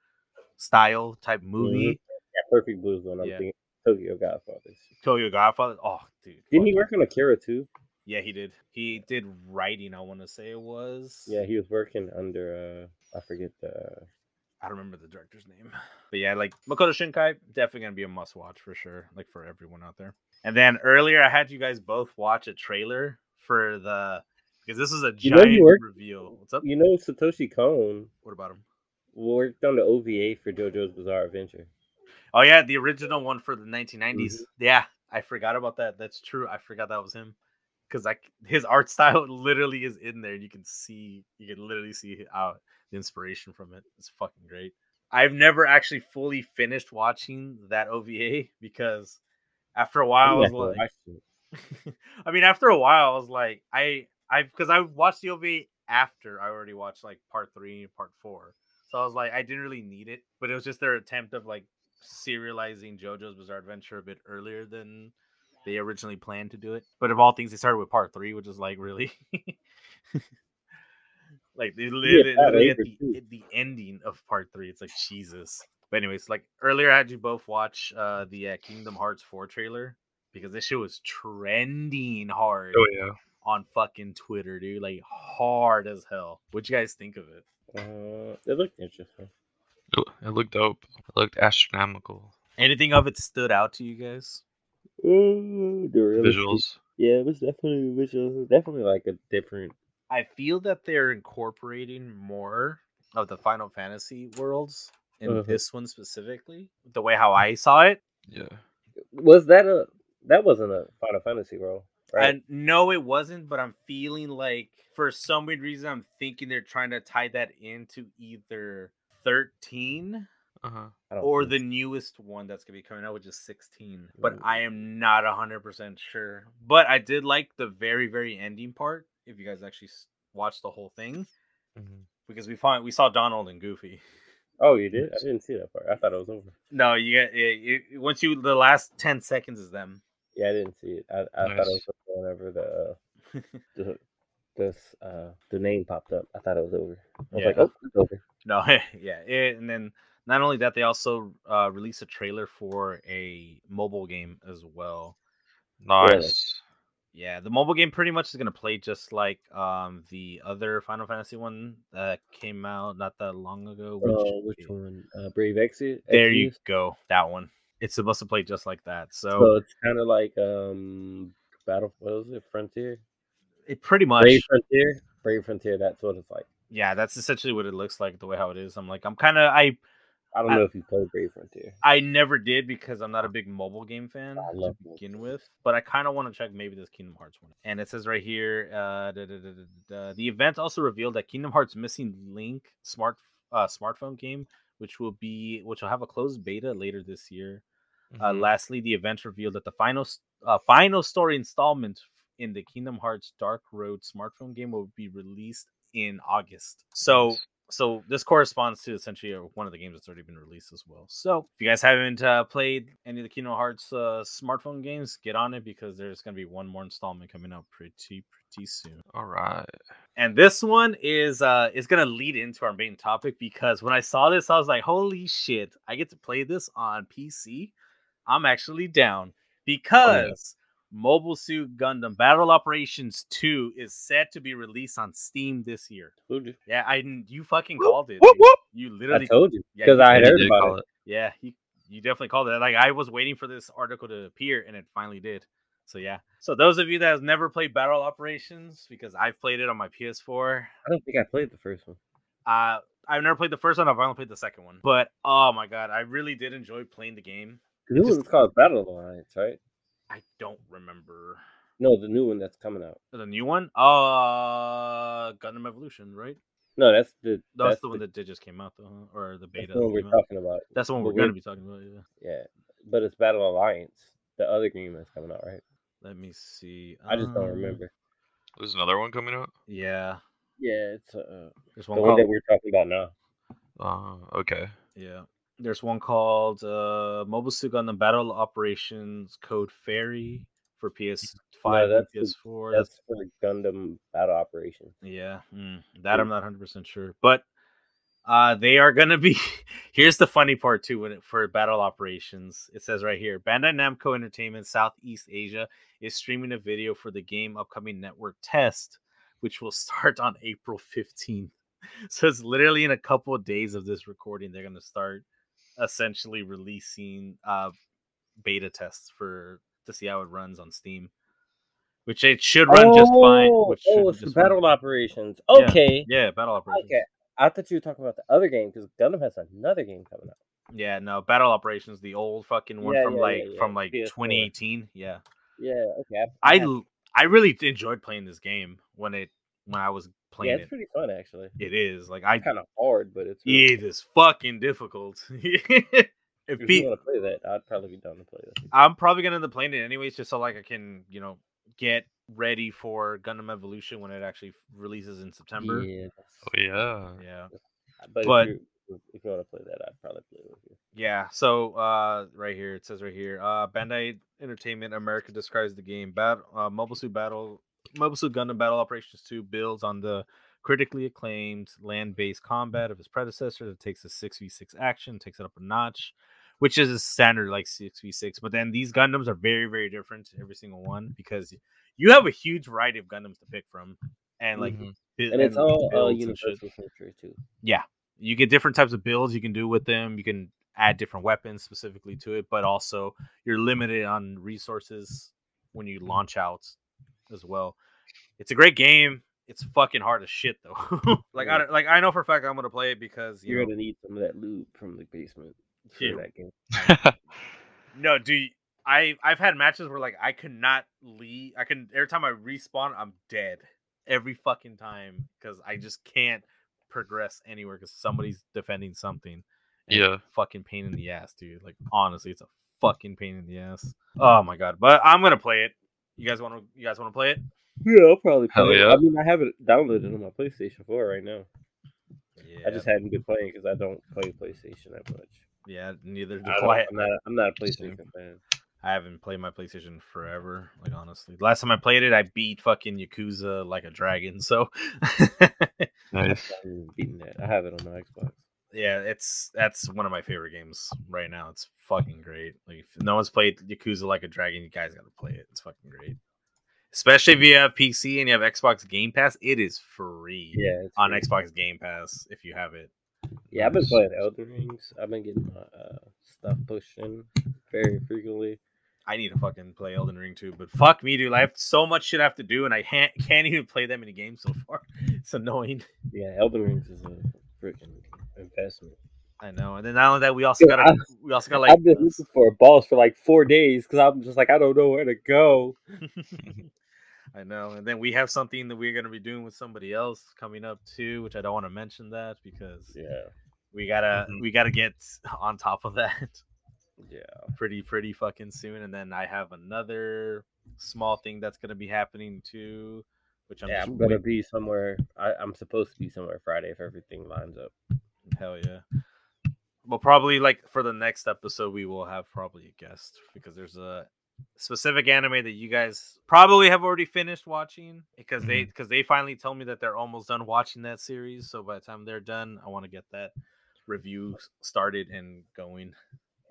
Speaker 3: style type
Speaker 2: Mm-hmm.
Speaker 3: movie
Speaker 2: Yeah, Perfect Blues one. I'm
Speaker 3: Yeah.
Speaker 2: thinking Tokyo Godfathers.
Speaker 3: kill your godfather oh dude
Speaker 2: Didn't he
Speaker 3: fuck.
Speaker 2: work on Akira too?
Speaker 3: yeah he did he did writing i want to say it was
Speaker 2: Yeah, he was working under uh I forget the
Speaker 3: i don't remember the director's name but yeah like makoto shinkai definitely gonna be a must watch for sure like for everyone out there and then earlier i had you guys both watch a trailer for the because this is a
Speaker 2: You know
Speaker 3: giant
Speaker 2: he worked-
Speaker 3: reveal what's up
Speaker 2: you know Satoshi Kon
Speaker 3: what about him
Speaker 2: worked on the OVA for JoJo's Bizarre Adventure.
Speaker 3: Oh yeah, the original one for the 1990s.
Speaker 2: Mhm.
Speaker 3: Yeah, I forgot about that. That's true. I forgot that was him because like his art (laughs) style literally is in there. You can see, you can literally see out the inspiration from it. It's fucking great. I've never actually fully finished watching that OVA because after a while, I
Speaker 2: I'm
Speaker 3: was
Speaker 2: not gonna
Speaker 3: like,
Speaker 2: watch it.
Speaker 3: I mean, after a while, I was like, I, I, because I watched the OVA after I already watched like part three and part four, so I was like, I didn't really need it, but it was just their attempt of like serializing JoJo's Bizarre Adventure a bit earlier than they originally planned to do it. But of all things, they started with part three, which is like really. (laughs) Like they lit-
Speaker 2: that
Speaker 3: literally at
Speaker 2: over
Speaker 3: the, at the ending of part three, it's like Jesus. But anyways, like earlier, I had you both watch uh the uh, Kingdom Hearts four trailer because this shit was trending hard
Speaker 4: Oh yeah.
Speaker 3: on fucking Twitter, dude. Like hard as hell. What'd you guys think of it?
Speaker 2: Uh, it looked interesting.
Speaker 4: It loo- It looked dope. It looked astronomical.
Speaker 3: Anything of it stood out to you guys?
Speaker 2: Ooh, the realistic-
Speaker 4: Visuals.
Speaker 2: Yeah, it was definitely visual. Definitely like a different.
Speaker 3: I feel that they're incorporating more of the Final Fantasy worlds in
Speaker 2: Mhm.
Speaker 3: this one specifically, the way how I saw it,
Speaker 4: Yeah.
Speaker 2: Was that a that wasn't a Final Fantasy role, right?
Speaker 3: And no, it wasn't, but I'm feeling like for some weird reason, I'm thinking they're trying to tie that into either 13
Speaker 4: Uh huh.
Speaker 2: I don't
Speaker 3: or
Speaker 2: think-
Speaker 3: the newest one that's going to be coming out, which is 16. But
Speaker 2: Ooh.
Speaker 3: I am not 100% sure. But I did like the very, very ending part, if you guys actually s- watched the whole thing, because we find we saw Donald and Goofy.
Speaker 2: oh, you did? I didn't see that part. I thought it was over.
Speaker 3: No, you get it, it, once you the last 10 seconds is them. (laughs)
Speaker 2: Yeah, I didn't see it. I, I thought it was
Speaker 4: Nice.
Speaker 2: over whenever the uh, the this uh the name popped up. I thought it was over. I was like,
Speaker 3: Yeah.
Speaker 2: oh, it's over.
Speaker 3: No, (laughs) yeah, it, and then not only that, they also uh, released a trailer for a mobile game as well.
Speaker 4: Nice.
Speaker 3: Yeah, the mobile game pretty much is gonna play just like um the other Final Fantasy one that came out not that long ago. Which
Speaker 2: Uh, which
Speaker 3: is-
Speaker 2: one? Uh, Brave Exit.
Speaker 3: There you
Speaker 2: Exvius?
Speaker 3: go, that one. It's supposed to play just like that. So,
Speaker 2: So it's kind of like um Battle. What was it? Frontier.
Speaker 3: it pretty much,
Speaker 2: Brave Frontier. Brave Frontier. That's what it's like.
Speaker 3: yeah, that's essentially what it looks like the way how it is. I'm like, I'm kind of I
Speaker 2: I don't
Speaker 3: I-
Speaker 2: know if you played Brave Frontier.
Speaker 3: I never did because I'm not a big mobile game fan
Speaker 2: I
Speaker 3: to
Speaker 2: love mobile
Speaker 3: begin with, but I kind of want to check maybe this Kingdom Hearts one. And it says right here, uh, da, da, da, da, da, da, the event also revealed that Kingdom Hearts Missing Link smart uh, smartphone game, which will be which will have a closed beta later this year. Uh,
Speaker 2: Mm-hmm.
Speaker 4: Mhm.
Speaker 3: lastly, the event revealed that the final s- uh, final story installment in the Kingdom Hearts Dark Road smartphone game will be released in August. So
Speaker 4: Nice.
Speaker 3: so this corresponds to essentially uh, one of the games that's already been released as well. So if you guys haven't uh, played any of the Kingdom Hearts uh, smartphone games, get on it because there's going to be one more installment coming out pretty pretty soon.
Speaker 4: All right.
Speaker 3: And this one is uh is going to lead into our main topic because when I saw this, I was like, "Holy shit! I get to play this on PC. I'm actually down because." Mobile Suit Gundam Battle Operations 2 is set to be released on Steam this year.
Speaker 2: Told you.
Speaker 3: Yeah, I didn't- you fucking
Speaker 4: Whoop,
Speaker 3: called it.
Speaker 4: whoop,
Speaker 3: dude.
Speaker 4: whoop.
Speaker 3: You
Speaker 2: I
Speaker 3: literally
Speaker 2: told you
Speaker 3: yeah,
Speaker 2: because
Speaker 3: you
Speaker 2: I
Speaker 4: Yeah,
Speaker 2: had
Speaker 4: you
Speaker 2: heard
Speaker 4: did
Speaker 2: about
Speaker 4: call
Speaker 2: it.
Speaker 3: yeah, you you definitely called it. Like I was waiting for this article to appear, and it finally did. So yeah. So those of you that has never played Battle Operations, because I've played it on my PS4,
Speaker 2: I don't think I played the first one.
Speaker 3: uh, I've never played the first one. I've only played the second one. But oh my god, I really did enjoy playing the game.
Speaker 2: 'Cause it
Speaker 3: just-
Speaker 2: was called Battle Alliance, right?
Speaker 3: I don't remember
Speaker 2: No, the new one that's coming out.
Speaker 3: the new one. Uh, Gundam Evolution, right?
Speaker 2: No, that's the
Speaker 3: That's,
Speaker 2: that's
Speaker 3: the one that did just came out, though, huh? or the beta.
Speaker 2: that's the one
Speaker 3: that
Speaker 2: we're
Speaker 3: came out.
Speaker 2: talking about.
Speaker 3: That's the one
Speaker 2: but
Speaker 3: we're
Speaker 2: we're-
Speaker 3: gonna be talking about. Yeah.
Speaker 2: Yeah, but it's Battle Alliance, the other green that's coming out, right?
Speaker 3: Let me see.
Speaker 2: I just don't
Speaker 3: Uh,
Speaker 2: remember.
Speaker 4: There's another one coming out.
Speaker 3: Yeah,
Speaker 2: Yeah, it's uh,
Speaker 3: there's
Speaker 2: the
Speaker 3: one
Speaker 2: one
Speaker 3: called
Speaker 2: that we're talking about now.
Speaker 4: Uh, okay.
Speaker 3: Yeah. There's one called uh, Mobile Suit Gundam Battle Operations Code Fairy for PS5 and
Speaker 2: that's the-
Speaker 3: PS4. That's,
Speaker 2: That's for Gundam Battle Operation.
Speaker 3: yeah, mm, that I'm not 100% sure. But uh, they are going to be. (laughs) Here's the funny part, too, when it, for Battle Operations. It says right here Bandai Namco Entertainment Southeast Asia is streaming a video for the game upcoming network test, which will (laughs) start on April 15th. (laughs) So it's literally in a couple of days of this recording, they're going to start essentially releasing uh, beta tests for to see how it runs on Steam, which it should run just fine.
Speaker 2: Oh,
Speaker 3: Which should
Speaker 2: oh, it's the
Speaker 3: just run-
Speaker 2: Battle Operations. Okay,
Speaker 3: Yeah, Battle Operations.
Speaker 2: okay. I thought you were talking about the other game because Gundam has another game coming out.
Speaker 3: Yeah, no, Battle Operations, the old fucking one
Speaker 2: Yeah,
Speaker 3: from
Speaker 2: yeah, yeah,
Speaker 3: like
Speaker 2: yeah,
Speaker 3: from like
Speaker 2: PS4.
Speaker 3: 2018. Yeah.
Speaker 2: Yeah, okay. I,
Speaker 3: I
Speaker 2: have-
Speaker 3: l- I really d- enjoyed playing this game when it when I was
Speaker 2: yeah,
Speaker 3: playing
Speaker 2: it's
Speaker 3: it.
Speaker 2: pretty fun actually.
Speaker 3: It is like I
Speaker 2: Kind of hard, but it's really
Speaker 3: it is fucking difficult. (laughs) if
Speaker 2: If
Speaker 3: pe-
Speaker 2: you want to play that, I'd probably be down to play that.
Speaker 3: I'm probably gonna end up playing it anyways, just so like I can you know get ready for Gundam Evolution when it actually f- releases in September. Yeah.
Speaker 2: Yeah,
Speaker 4: Oh yeah.
Speaker 3: Yeah.
Speaker 2: but,
Speaker 3: But-
Speaker 2: if, you, if you want to play that, I'd probably play it with you.
Speaker 3: so uh, right here it says right here, uh, Bandai Entertainment America describes the game battle, uh, Mobile Suit Battle, Mobile Suit Gundam Battle Operations 2 builds on the critically acclaimed land-based combat of his predecessor that takes a 6v6 action takes it up a notch which is a standard like 6v6 but then these gundams are very very different every single one
Speaker 2: Mm-hmm.
Speaker 3: because you have a huge variety of gundams to pick from and like
Speaker 4: Mhm.
Speaker 3: bu-
Speaker 2: Mm-hmm. And it's all uh,
Speaker 3: builds and shit.
Speaker 2: Universal Century too.
Speaker 3: you get different types of builds you can do with them you can add different weapons specifically to it but also you're limited on resources when you launch out as well it's a great game It's fucking hard as shit though. (laughs) like I don't, like I know for a fact I'm gonna play it because you
Speaker 2: You're
Speaker 3: know,
Speaker 2: gonna need some of that loot from the basement for
Speaker 3: Yeah.
Speaker 2: that game.
Speaker 4: (laughs)
Speaker 2: (laughs)
Speaker 3: no, dude. I I've had matches where like I could not leave. I can every time I respawn, I'm dead every fucking time because I just can't progress anywhere because somebody's defending something. and
Speaker 4: Yeah.
Speaker 3: fucking pain in the ass, dude. Like honestly, it's a fucking pain in the ass. Oh my god, but I'm gonna play it. You guys want to? You guys want to play it?
Speaker 2: Yeah, I'll probably
Speaker 4: Hell
Speaker 2: play it.
Speaker 4: yeah.
Speaker 2: I mean, I have it downloaded on my PlayStation 4 right now.
Speaker 3: Yeah,
Speaker 2: I just hadn't been playing because I don't play PlayStation that much.
Speaker 3: yeah. Neither do
Speaker 2: I don't-
Speaker 3: I.
Speaker 2: I'm not, I'm not a
Speaker 4: Same.
Speaker 2: PlayStation fan.
Speaker 3: I haven't played my PlayStation forever. Like honestly, last time I played it, I beat fucking Yakuza like a dragon. So (laughs)
Speaker 4: Nice.
Speaker 2: I haven't even beaten that. I have it on my Xbox.
Speaker 3: yeah, it's that's one of my favorite games right now. It's fucking great. Like if no one's played Yakuza like a dragon, you guys gotta play it. It's fucking great. Especially if you have PC and you have Xbox Game Pass, it is free.
Speaker 2: Yeah, it's
Speaker 3: on
Speaker 2: free.
Speaker 3: Xbox Game Pass if you have it.
Speaker 2: Yeah, I've been
Speaker 4: Nice.
Speaker 2: playing Elden Rings. I've been getting my uh, stuff pushed in very frequently.
Speaker 3: I need to fucking play Elden Ring too, but fuck me, dude. I have so much shit I have to do, and I can't, can't even play that many games so far. (laughs) It's annoying.
Speaker 2: Yeah, Elden Rings is a freaking investment.
Speaker 3: I know. And then not only that, we also
Speaker 2: Yeah,
Speaker 3: got we also got like
Speaker 2: I've been looking for a boss for like four days because I'm just like I don't know where to go.
Speaker 3: (laughs) I know. And then we have something that we're gonna be doing with somebody else coming up too, which I don't want to mention that because
Speaker 2: Yeah, Mm-hmm.
Speaker 3: we gotta
Speaker 4: Mhm.
Speaker 3: we gotta get (laughs) on top of that. (laughs)
Speaker 2: yeah.
Speaker 3: pretty pretty fucking soon and then i have another small thing that's going to be happening too which i'm
Speaker 2: yeah,
Speaker 3: just
Speaker 2: I'm gonna
Speaker 3: wait-
Speaker 2: be somewhere. I, I'm supposed to be somewhere Friday if everything lines up.
Speaker 3: hell yeah well probably like for the next episode we will have probably a guest because there's a specific anime that you guys probably have already finished watching because they because they finally told me that they're almost done watching that series so by the time they're done i want to get that review s- started and going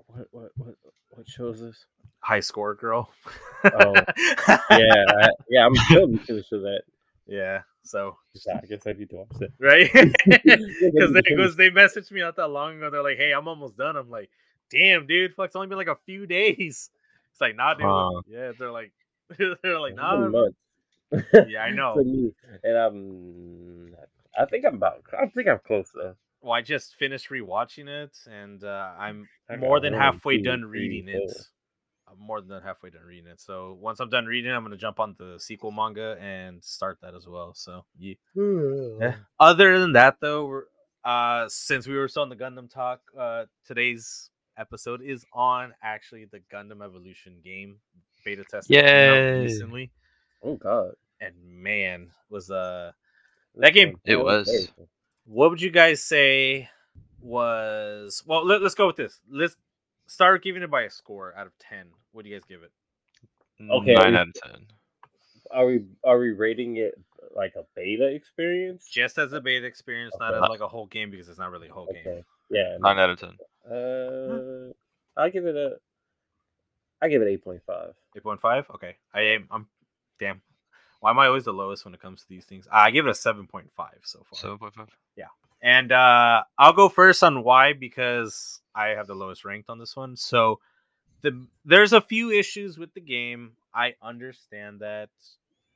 Speaker 2: What what what what shows this?
Speaker 3: high score girl
Speaker 2: Oh. Yeah, I, yeah. I'm still because of that.
Speaker 3: (laughs) yeah so
Speaker 2: Yeah, I guess I need to watch that.
Speaker 3: right? Because
Speaker 2: Because
Speaker 3: they,
Speaker 2: (laughs)
Speaker 3: (laughs) 'cause they messaged me not that long ago. They're like, "Hey, I'm almost done." I'm like, "Damn, dude, fuck, it's only been like a few days." It's like, "Nah, dude."
Speaker 4: Huh.
Speaker 3: Yeah, they're like, (laughs) they're like,
Speaker 2: It's
Speaker 3: "Nah."
Speaker 2: been
Speaker 3: I'm-
Speaker 2: months. (laughs)
Speaker 3: Yeah, I know.
Speaker 2: For me, and I'm. I think I'm about. I think I'm close though.
Speaker 3: Well, I just finished rewatching it, and uh, I'm
Speaker 2: I got
Speaker 3: more than
Speaker 2: one,
Speaker 3: halfway
Speaker 2: two,
Speaker 3: done
Speaker 2: three,
Speaker 3: reading it.
Speaker 2: four.
Speaker 3: I'm more than halfway done reading it. So once I'm done reading, it, I'm gonna jump on the sequel manga and start that as well. So yeah. Yeah. Other than that, though, we're, uh, since we were still on the Gundam talk, uh, today's episode is on actually the Gundam Evolution game beta test that came out
Speaker 4: Yay.
Speaker 3: recently,
Speaker 2: Oh God,
Speaker 3: and man, was uh, That game-
Speaker 4: It
Speaker 2: Oh,
Speaker 4: was.
Speaker 2: very-
Speaker 3: what would you guys say was? Well, let, us go with this. Let's start giving it by a score out of ten. What do you guys give it?
Speaker 4: Mm,
Speaker 2: Okay.
Speaker 4: Nine out of ten.
Speaker 2: Are we are we rating it like a beta experience?
Speaker 3: Just as a beta experience, not as
Speaker 4: Okay.
Speaker 3: like a whole game because it's not really a whole game.
Speaker 2: okay. Yeah.
Speaker 4: Nine out of ten.
Speaker 2: Uh, I give it a. I give it eight point five.
Speaker 3: Eight point five. Okay, I am. I'm. Damn. Why am I always the lowest when it comes to these things? Ah, I give it a seven point five so far.
Speaker 4: Seven point five.
Speaker 3: And uh, I'll go first on why because I have the lowest ranked on this one. So the there's a few issues with the game. I understand that.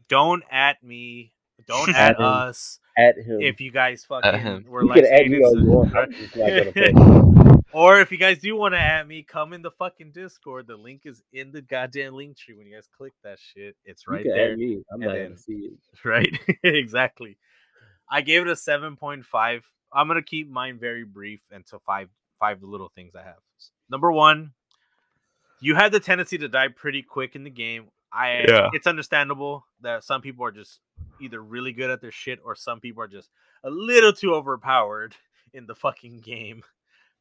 Speaker 3: Don't at me.
Speaker 2: (laughs)
Speaker 3: Don't
Speaker 2: At
Speaker 3: at
Speaker 2: him.
Speaker 3: us
Speaker 2: At him.
Speaker 3: if you guys fucking
Speaker 4: him.
Speaker 3: were
Speaker 2: You
Speaker 3: like
Speaker 2: can add me all you want. I'm just not gonna
Speaker 3: (laughs)
Speaker 2: play.
Speaker 3: or if you guys do want to add me, come in the fucking Discord. The link is in the goddamn link tree. When you guys click that shit, it's right
Speaker 2: you can
Speaker 3: there.
Speaker 2: add me. I'm
Speaker 3: and
Speaker 2: not
Speaker 3: then-
Speaker 2: gonna see you.
Speaker 3: (laughs) right? exactly. I gave it a seven point five. I'm gonna keep mine very brief and to five five little things I have. S- Number one, you have the tendency to die pretty quick in the game. I
Speaker 4: Yeah.
Speaker 3: it's understandable that some people are just either really good at their shit or some people are just a little too overpowered (laughs) in the fucking game.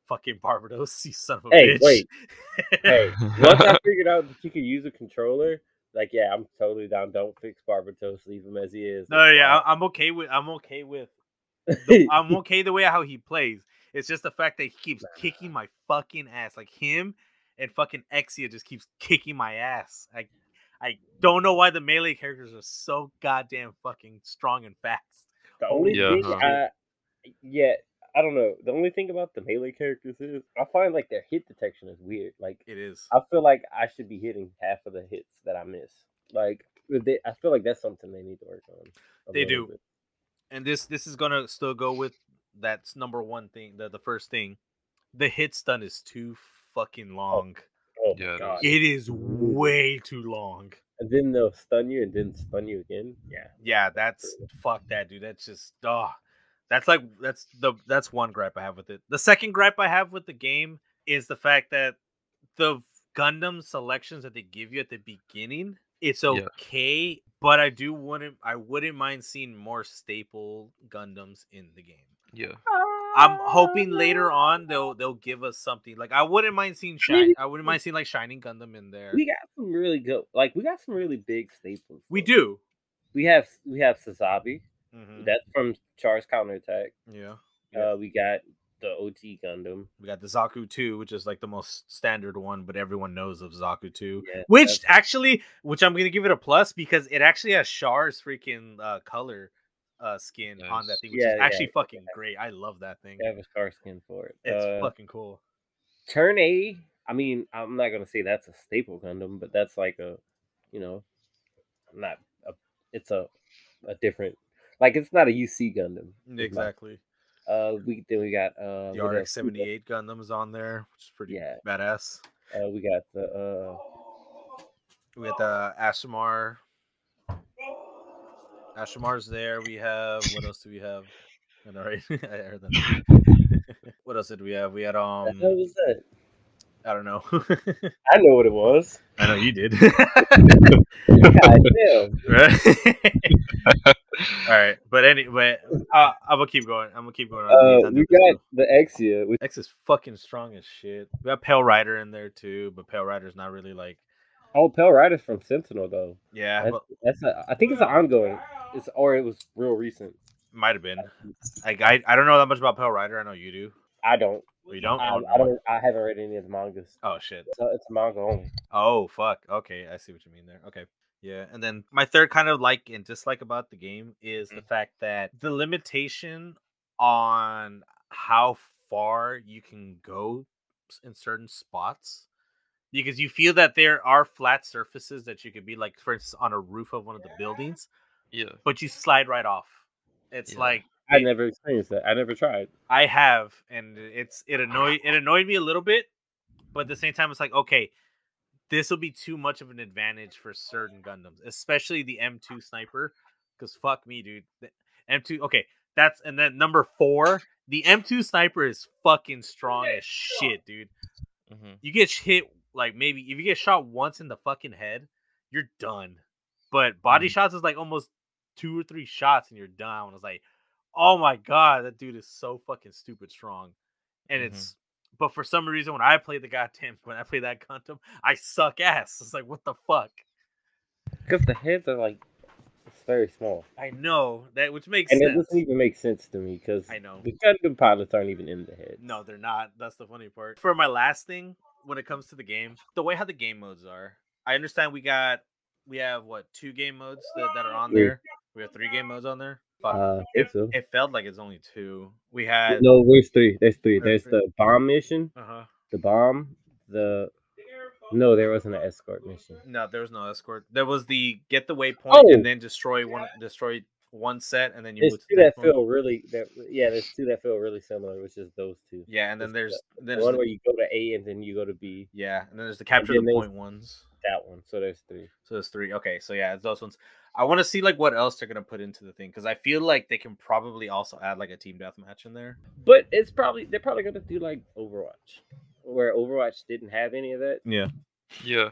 Speaker 3: Fucking Barbados, (laughs) you son of a
Speaker 2: Hey,
Speaker 3: bitch.
Speaker 2: wait.
Speaker 4: (laughs)
Speaker 2: Hey, once I figured out that you could use a controller, like yeah, I'm totally down. Don't fix Barbatos. Leave him as he is.
Speaker 3: (laughs) No,
Speaker 2: That's
Speaker 3: yeah,
Speaker 2: fine.
Speaker 3: I- I'm okay with I'm okay with
Speaker 2: (laughs)
Speaker 3: the- I'm (laughs) okay the way how he plays. It's just the fact that he keeps kicking my fucking ass. Like him and fucking Exia just keeps kicking my ass. I I don't know why the melee characters are so goddamn fucking strong and fast.
Speaker 2: The only
Speaker 4: Yeah,
Speaker 2: thing
Speaker 3: uh,
Speaker 4: huh.
Speaker 2: I, yeah, I don't know. The only thing about the melee characters is I find like their hit detection is weird. Like
Speaker 3: It is.
Speaker 2: I feel like I should be hitting half of the hits that I miss. Like they, I feel like that's something they need to work on. a
Speaker 3: They
Speaker 2: little
Speaker 3: do.
Speaker 2: bit.
Speaker 3: and this this is gonna still go with that's number one thing. The the first thing, the hit stun is too fucking long.
Speaker 2: Oh my
Speaker 4: Yeah, it
Speaker 2: god.
Speaker 3: It is way too long.
Speaker 2: And then they'll stun you and then stun you again. Yeah.
Speaker 3: Yeah, that's fuck that, dude. That's just ah. That's like that's the that's one gripe I have with it. The second gripe I have with the game is the fact that the Gundam selections that they give you at the beginning, it's okay, but I do wouldn't I wouldn't mind seeing more staple Gundams in the game.
Speaker 4: Yeah.
Speaker 3: I'm hoping later on they'll they'll give us something. Like I wouldn't mind seeing shine. I wouldn't mind seeing like shining Gundam in there.
Speaker 2: We got some really good like we got some really big staples.
Speaker 3: We
Speaker 2: though.
Speaker 3: do.
Speaker 2: We have we have Sasabi.
Speaker 3: Mhm.
Speaker 2: That's from Char's counterattack.
Speaker 3: Yeah.
Speaker 2: Uh we got the OG Gundam.
Speaker 3: We got the Zaku 2, which is like the most standard one, but everyone knows of Zaku 2.
Speaker 2: Yeah,
Speaker 3: Which actually, which I'm gonna give it a plus because it actually has Char's freaking uh, color uh, skin on that
Speaker 4: Nice.
Speaker 3: thing, which
Speaker 2: Yeah,
Speaker 3: is
Speaker 2: yeah,
Speaker 3: actually
Speaker 2: yeah.
Speaker 3: fucking great. I love that thing.
Speaker 2: I have a scar skin for it.
Speaker 3: It's
Speaker 2: Uh,
Speaker 3: fucking cool.
Speaker 2: Turn A, I mean, I'm not gonna say that's a staple Gundam, but that's like a, you know, not a, it's a, a different, like it's not a UC Gundam. It's not.
Speaker 3: Exactly.
Speaker 2: Uh, we then we got uh,
Speaker 3: The
Speaker 2: what
Speaker 3: RX
Speaker 2: else we got?
Speaker 3: 78 Gundam's on there, which is pretty
Speaker 2: Yeah.
Speaker 3: badass.
Speaker 2: Uh, we got the uh,
Speaker 3: We got the Ashmar. Ashmar's there. We have what else do we have? I know, right? (laughs) I heard that.
Speaker 2: (laughs)
Speaker 3: what else did we have? We had
Speaker 2: what
Speaker 3: um
Speaker 2: the hell was that?
Speaker 3: I don't know. (laughs)
Speaker 2: I know what it was.
Speaker 3: I know you did.
Speaker 2: God damn.
Speaker 3: right? (laughs) All right, but anyway, uh, I'm gonna keep going. I'm gonna keep going. on these.
Speaker 2: Uh,
Speaker 3: I
Speaker 2: we
Speaker 3: did this
Speaker 2: got
Speaker 3: one.
Speaker 2: the Exia, which
Speaker 3: X is fucking strong as shit. We got Pale Rider in there too, but Pale Rider's not really like
Speaker 2: oh, Pell Rider's from Sentinel though.
Speaker 3: yeah,
Speaker 2: That's,
Speaker 3: but
Speaker 2: that's a, I think it's an ongoing. It's or it was real recent.
Speaker 3: might have been. Like I, I don't know that much about Pale Rider. I know you do.
Speaker 2: I don't.
Speaker 3: Well, you don't.
Speaker 2: I,
Speaker 3: Oh,
Speaker 2: I don't. I haven't read any of the mangas.
Speaker 3: Oh shit.
Speaker 2: So it's manga only.
Speaker 3: Oh fuck. Okay, I see what you mean there. Okay. Yeah, and then my third kind of like and dislike about the game is the fact that the limitation on how far you can go s- in certain spots because you feel that there are flat surfaces that you could be like for instance on a roof of one of the buildings,
Speaker 4: Yeah.
Speaker 3: but you slide right off. It's
Speaker 4: Yeah.
Speaker 3: like
Speaker 2: I never experienced that. I never tried.
Speaker 3: I have, and it's it annoyed it annoyed me a little bit, but at the same time, it's like okay, this will be too much of an advantage for certain Gundams, especially the M2 sniper, because fuck me, dude, The M2. Okay, that's and then number four, the M2 sniper is fucking strong as shit, dude.
Speaker 4: Mm-hmm.
Speaker 3: You get sh- hit like maybe if you get shot once in the fucking head, you're done. But body shots is like almost two or three shots and you're down. It's like, oh my god, that dude is so fucking stupid strong. And
Speaker 4: Mhm.
Speaker 2: Mm-hmm.
Speaker 3: it's but for some reason when I play the goddamn (laughs) when I play that Gundam, I suck ass. It's like what the fuck?
Speaker 2: Because the heads are like, it's very small,
Speaker 3: I know that which makes
Speaker 2: and it
Speaker 3: sense.
Speaker 2: doesn't even make sense to me because (laughs)
Speaker 3: I know.
Speaker 2: the Gundam pilots aren't even in the head.
Speaker 3: No, they're not. That's the funny part. For my last thing, when it comes to the game, the way how the game modes are, I understand we got we have what two game modes that, that are on
Speaker 2: Three.
Speaker 3: there. We have three game modes on there. Fuck.
Speaker 2: Uh, I think
Speaker 3: it,
Speaker 2: so.
Speaker 3: it felt like it's only two. We had
Speaker 2: No, there's three. There's three.
Speaker 3: There's
Speaker 2: There's the bomb mission,
Speaker 3: uh-huh.
Speaker 2: the bomb, the no, there wasn't an escort mission.
Speaker 3: no, there was no escort. There was the get the waypoint
Speaker 2: Oh.
Speaker 3: and then destroy one destroy one set and then you
Speaker 2: There's
Speaker 3: move to
Speaker 2: two
Speaker 3: the
Speaker 2: that
Speaker 3: next one.
Speaker 2: feel really that yeah. There's two that feel really similar, which is those two.
Speaker 3: Yeah, and then
Speaker 2: Just
Speaker 3: there's
Speaker 2: The
Speaker 3: then
Speaker 2: one
Speaker 3: there's
Speaker 2: where
Speaker 3: the,
Speaker 2: you go to A and then you go to B.
Speaker 3: yeah, and then there's the capture
Speaker 2: then
Speaker 3: the
Speaker 2: there's-
Speaker 3: point ones.
Speaker 2: That one. So there's three.
Speaker 3: So there's three. Okay, so yeah, it's those ones. I want to see like what else they're gonna put into the thing because I feel like they can probably also add like a team deathmatch in there.
Speaker 2: But it's probably they're probably gonna do like Overwatch, where Overwatch didn't have any of that,
Speaker 3: Yeah,
Speaker 4: Yeah.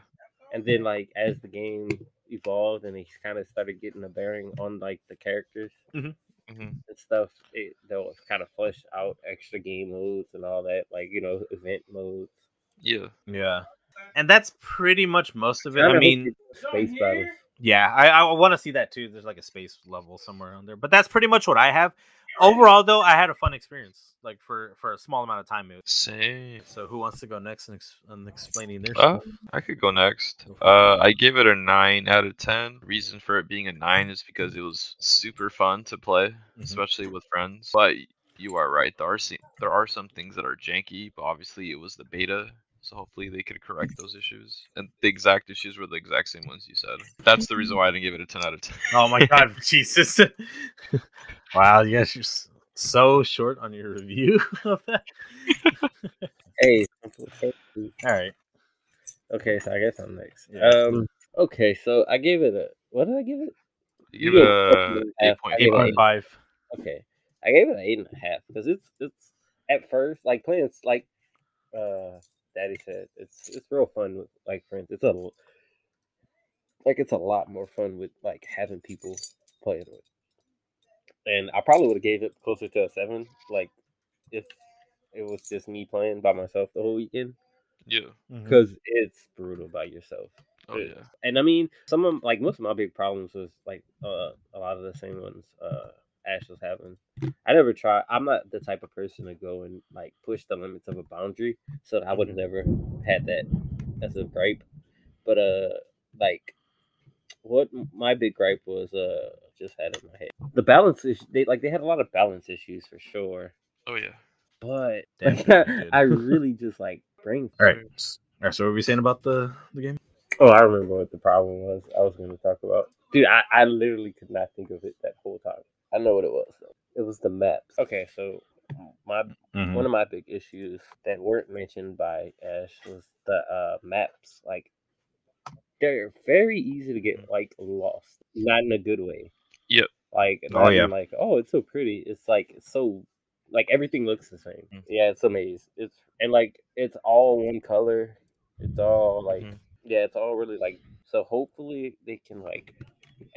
Speaker 2: and then like as the game evolved and they kind of started getting a bearing on like the characters
Speaker 4: hmm
Speaker 2: and stuff, it, they'll kind of flesh out extra game modes and all that, like you know event modes.
Speaker 4: Yeah.
Speaker 3: yeah, and that's pretty much most of it.
Speaker 2: Kinda
Speaker 3: I
Speaker 2: hope
Speaker 3: mean,
Speaker 2: they do space battles.
Speaker 3: yeah, I, I want to see that too. There's like a space level somewhere on there, but that's pretty much what I have. Overall, though, I had a fun experience. Like for for a small amount of time. It was.
Speaker 4: Same.
Speaker 3: So who wants to go next and, ex- and explaining their
Speaker 4: Uh,
Speaker 3: stuff?
Speaker 4: I could go next.
Speaker 3: Go for it.
Speaker 4: Uh, I give it a nine out of ten. Reason for it being a nine is because it was super fun to play,
Speaker 3: Mm-hmm.
Speaker 4: especially with friends. But you are right. There are se- there are some things that are janky, but obviously it was the beta, so hopefully they could correct those issues. And the exact issues were the
Speaker 3: (laughs)
Speaker 4: exact
Speaker 5: (laughs)
Speaker 4: same ones you said. That's the reason why I didn't give it a ten out of ten.
Speaker 3: Oh my god, Jesus! Wow, yes, you're s- so short on your review (laughs) of that.
Speaker 2: Hey, simple first.
Speaker 3: All right.
Speaker 2: okay, so I guess I'm next.
Speaker 3: Yeah.
Speaker 2: Um, okay, so I gave it a what did I give it?
Speaker 4: You (laughs) give
Speaker 2: You
Speaker 4: it
Speaker 2: go
Speaker 4: a
Speaker 2: fucking
Speaker 4: eight
Speaker 2: F.
Speaker 4: point
Speaker 2: I give it
Speaker 4: five.
Speaker 3: 8.5.
Speaker 2: Okay, I gave it an eight and a half because it's it's at first like playing it's like uh Daddy said it's it's real fun with like friends. It's a l- like it's a lot more fun with like having people playing with. And I probably would have gave it closer to a seven, like if it was just me playing by myself the whole weekend
Speaker 4: Yeah.
Speaker 3: Mhm.
Speaker 2: because it's brutal by yourself.
Speaker 4: Oh
Speaker 2: Yeah.
Speaker 4: yeah.
Speaker 2: And I mean, some of like most of my big problems was like uh, a lot of the same ones uh, Ash was having. I never try. I'm not the type of person to go and like push the limits of a boundary, so I
Speaker 3: Mm-hmm.
Speaker 2: would have never had that as a gripe. But uh, like what m- my big gripe was uh just had in my head the balance is they like they had a lot of balance issues for sure.
Speaker 4: Oh yeah.
Speaker 2: But (laughs)
Speaker 3: Damn,
Speaker 2: like,
Speaker 3: yeah, they did.
Speaker 2: I really just like brain
Speaker 3: All right. S- All right. So, what were we saying about the, the game?
Speaker 2: Oh, I remember what the problem was. I was going to talk about. Dude, I, I literally could not think of it that whole time. I know what it was though. It was the maps. Okay, so my
Speaker 3: Mhm.
Speaker 2: one of my big issues that weren't mentioned by Ash was the uh, maps. Like they're very easy to
Speaker 3: Mm.
Speaker 2: get like lost, not in a good way.
Speaker 4: Yep.
Speaker 2: Like
Speaker 3: Oh,
Speaker 2: not in,
Speaker 3: yeah.
Speaker 2: like oh it's so pretty. It's like it's so like everything looks the same.
Speaker 3: Mm.
Speaker 4: Mhm.
Speaker 2: Yeah, it's a maze. It's and like it's all one color. It's all like
Speaker 3: Mm-hmm.
Speaker 4: Mhm.
Speaker 2: yeah, it's all really like so. Hopefully they can like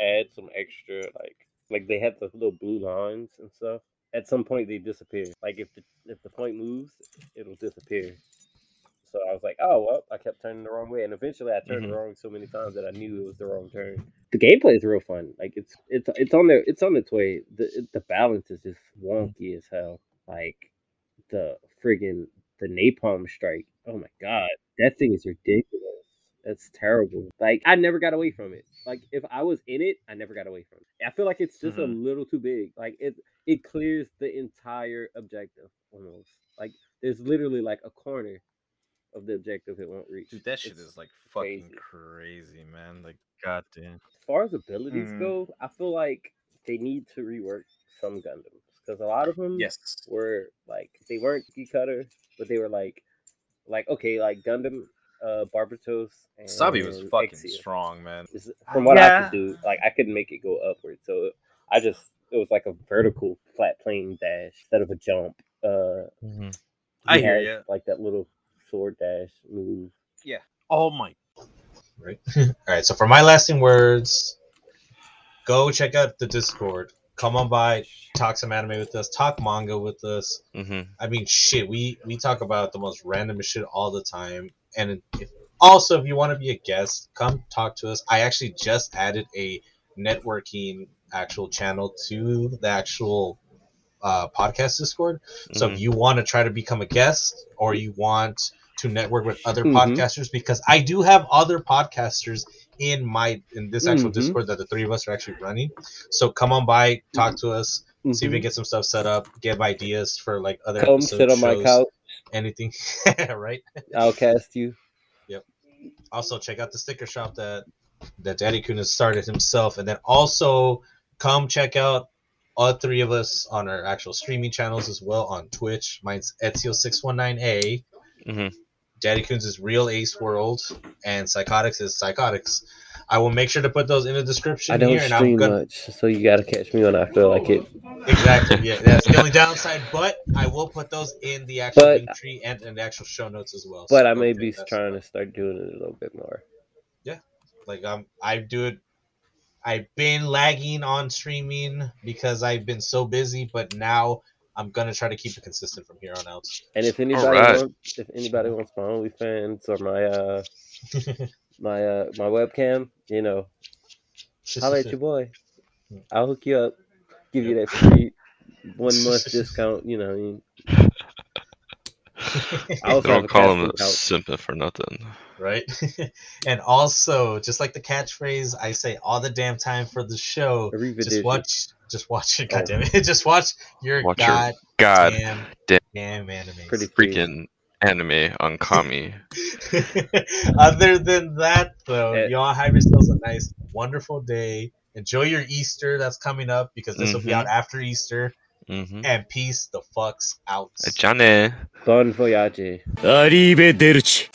Speaker 2: add some extra like like they have the little blue lines and stuff. At some point they disappear. Like if the if the point moves, it'll disappear. So I was like, oh well, I kept turning the wrong way, and eventually I turned
Speaker 4: Mhm.
Speaker 2: wrong so many times that I knew it was the wrong turn. Mm-hmm. The gameplay is real fun. Like it's it's it's on their it's on its way. The it- the balance is just wonky as hell. Like the friggin' the napalm strike. Oh my god, that thing is ridiculous. That's terrible. Like I never got away from it. Like if I was in it, I never got away from it. I feel like it's just a
Speaker 4: Mhm.
Speaker 2: little too big. Like it it clears the entire objective almost. Like there's literally like a corner of the objective it won't reach.
Speaker 3: Dude, that shit
Speaker 2: It's-
Speaker 3: is like
Speaker 2: crazy.
Speaker 3: fucking crazy, man. Like, goddamn.
Speaker 2: as far as abilities
Speaker 3: Mhm.
Speaker 2: go, I feel like they need to rework some Gundams because a lot of them
Speaker 3: Yes.
Speaker 2: were like they weren't cookie cutter, but they were like like okay, like Gundam, uh, Barbatos, and E
Speaker 3: Sabi was fucking
Speaker 2: Exia.
Speaker 3: strong, man.
Speaker 2: Is- From what I
Speaker 3: Yeah.
Speaker 2: could do, like I could make it go upward, so I just it was like a vertical flat plane dash instead of a jump. Uh,
Speaker 3: I
Speaker 2: he
Speaker 3: hear
Speaker 2: has,
Speaker 3: ya.
Speaker 2: Like that little sword dash move.
Speaker 3: Oh my.
Speaker 5: right? (laughs) All right. So for my lasting words, go check out the Discord. Come on by, talk some anime with us, talk manga with us.
Speaker 4: Mm-hmm.
Speaker 5: I mean, shit, we we talk about the most random shit all the time. And if, also, if you want to be a guest, come talk to us. I actually just added a networking actual channel to the actual uh, podcast Discord. So
Speaker 3: Mm-hmm.
Speaker 5: if you want to try to become a guest or you want to network with other
Speaker 2: Mhm.
Speaker 5: podcasters, because I do have other podcasters in my in this actual
Speaker 2: Mhm.
Speaker 5: Discord that the three of us are actually running. So come on by, talk to us, see if we
Speaker 2: Mhm.
Speaker 5: can get some stuff set up, give ideas for like other
Speaker 2: Come
Speaker 5: episodes,
Speaker 2: sit on my
Speaker 5: shows,
Speaker 2: couch.
Speaker 5: anything, (laughs) right?
Speaker 2: I'll cast you.
Speaker 5: Also check out the sticker shop that that Daddy Kun has started himself, and then also come check out all three of us on our actual streaming channels as well on Twitch. Mine's Ezio619A.
Speaker 4: Mhm.
Speaker 5: Daddy Coons is Real Ace World, and Psychotics is Psychotics. I will make sure to put those in the description
Speaker 2: I don't
Speaker 5: here, and I'm
Speaker 2: stream
Speaker 5: gonna
Speaker 2: much, so you gotta catch me when I feel like it.
Speaker 5: exactly yeah, that's the only downside. But I will put those in the actual
Speaker 2: But-
Speaker 5: link tree and in the actual show notes as well.
Speaker 2: But
Speaker 5: So
Speaker 2: I
Speaker 5: go
Speaker 2: may
Speaker 5: check
Speaker 2: be
Speaker 5: that stuff
Speaker 2: trying
Speaker 5: out.
Speaker 2: to start doing it a little bit more.
Speaker 5: Like um, I do it. I've been lagging on streaming because I've been so busy, but now I'm gonna try to keep it consistent from here on out. (laughs)
Speaker 2: And if anybody
Speaker 4: right.
Speaker 2: wants, if anybody wants my OnlyFans or my uh my uh my webcam, you know, I'll let your boy.
Speaker 5: Hmm.
Speaker 2: I'll hook you up, give you that free one month
Speaker 5: (laughs)
Speaker 2: discount. You know, what I mean, I also have a
Speaker 4: Don't call him
Speaker 2: casting
Speaker 4: a
Speaker 2: couch.
Speaker 4: simping for nothing.
Speaker 5: right? (laughs) and also, just like the catchphrase I say all the damn time for the show, just
Speaker 2: Arrivederci.
Speaker 5: watch, just watch it.
Speaker 2: Oh.
Speaker 5: God damn it, (laughs) just watch your
Speaker 4: Watch your
Speaker 5: goddamn
Speaker 4: God damn.
Speaker 5: damn anime.
Speaker 2: pretty please.
Speaker 4: freaking anime on Kami.
Speaker 5: (laughs) Other than that, though,
Speaker 2: Eh.
Speaker 5: y'all have yourselves a nice, wonderful day. Enjoy your Easter that's coming up because this will be out after Easter.
Speaker 4: Mm-hmm.
Speaker 5: And peace the fucks out.
Speaker 4: Johnny.
Speaker 2: Bon voyage.
Speaker 6: Arrivederci.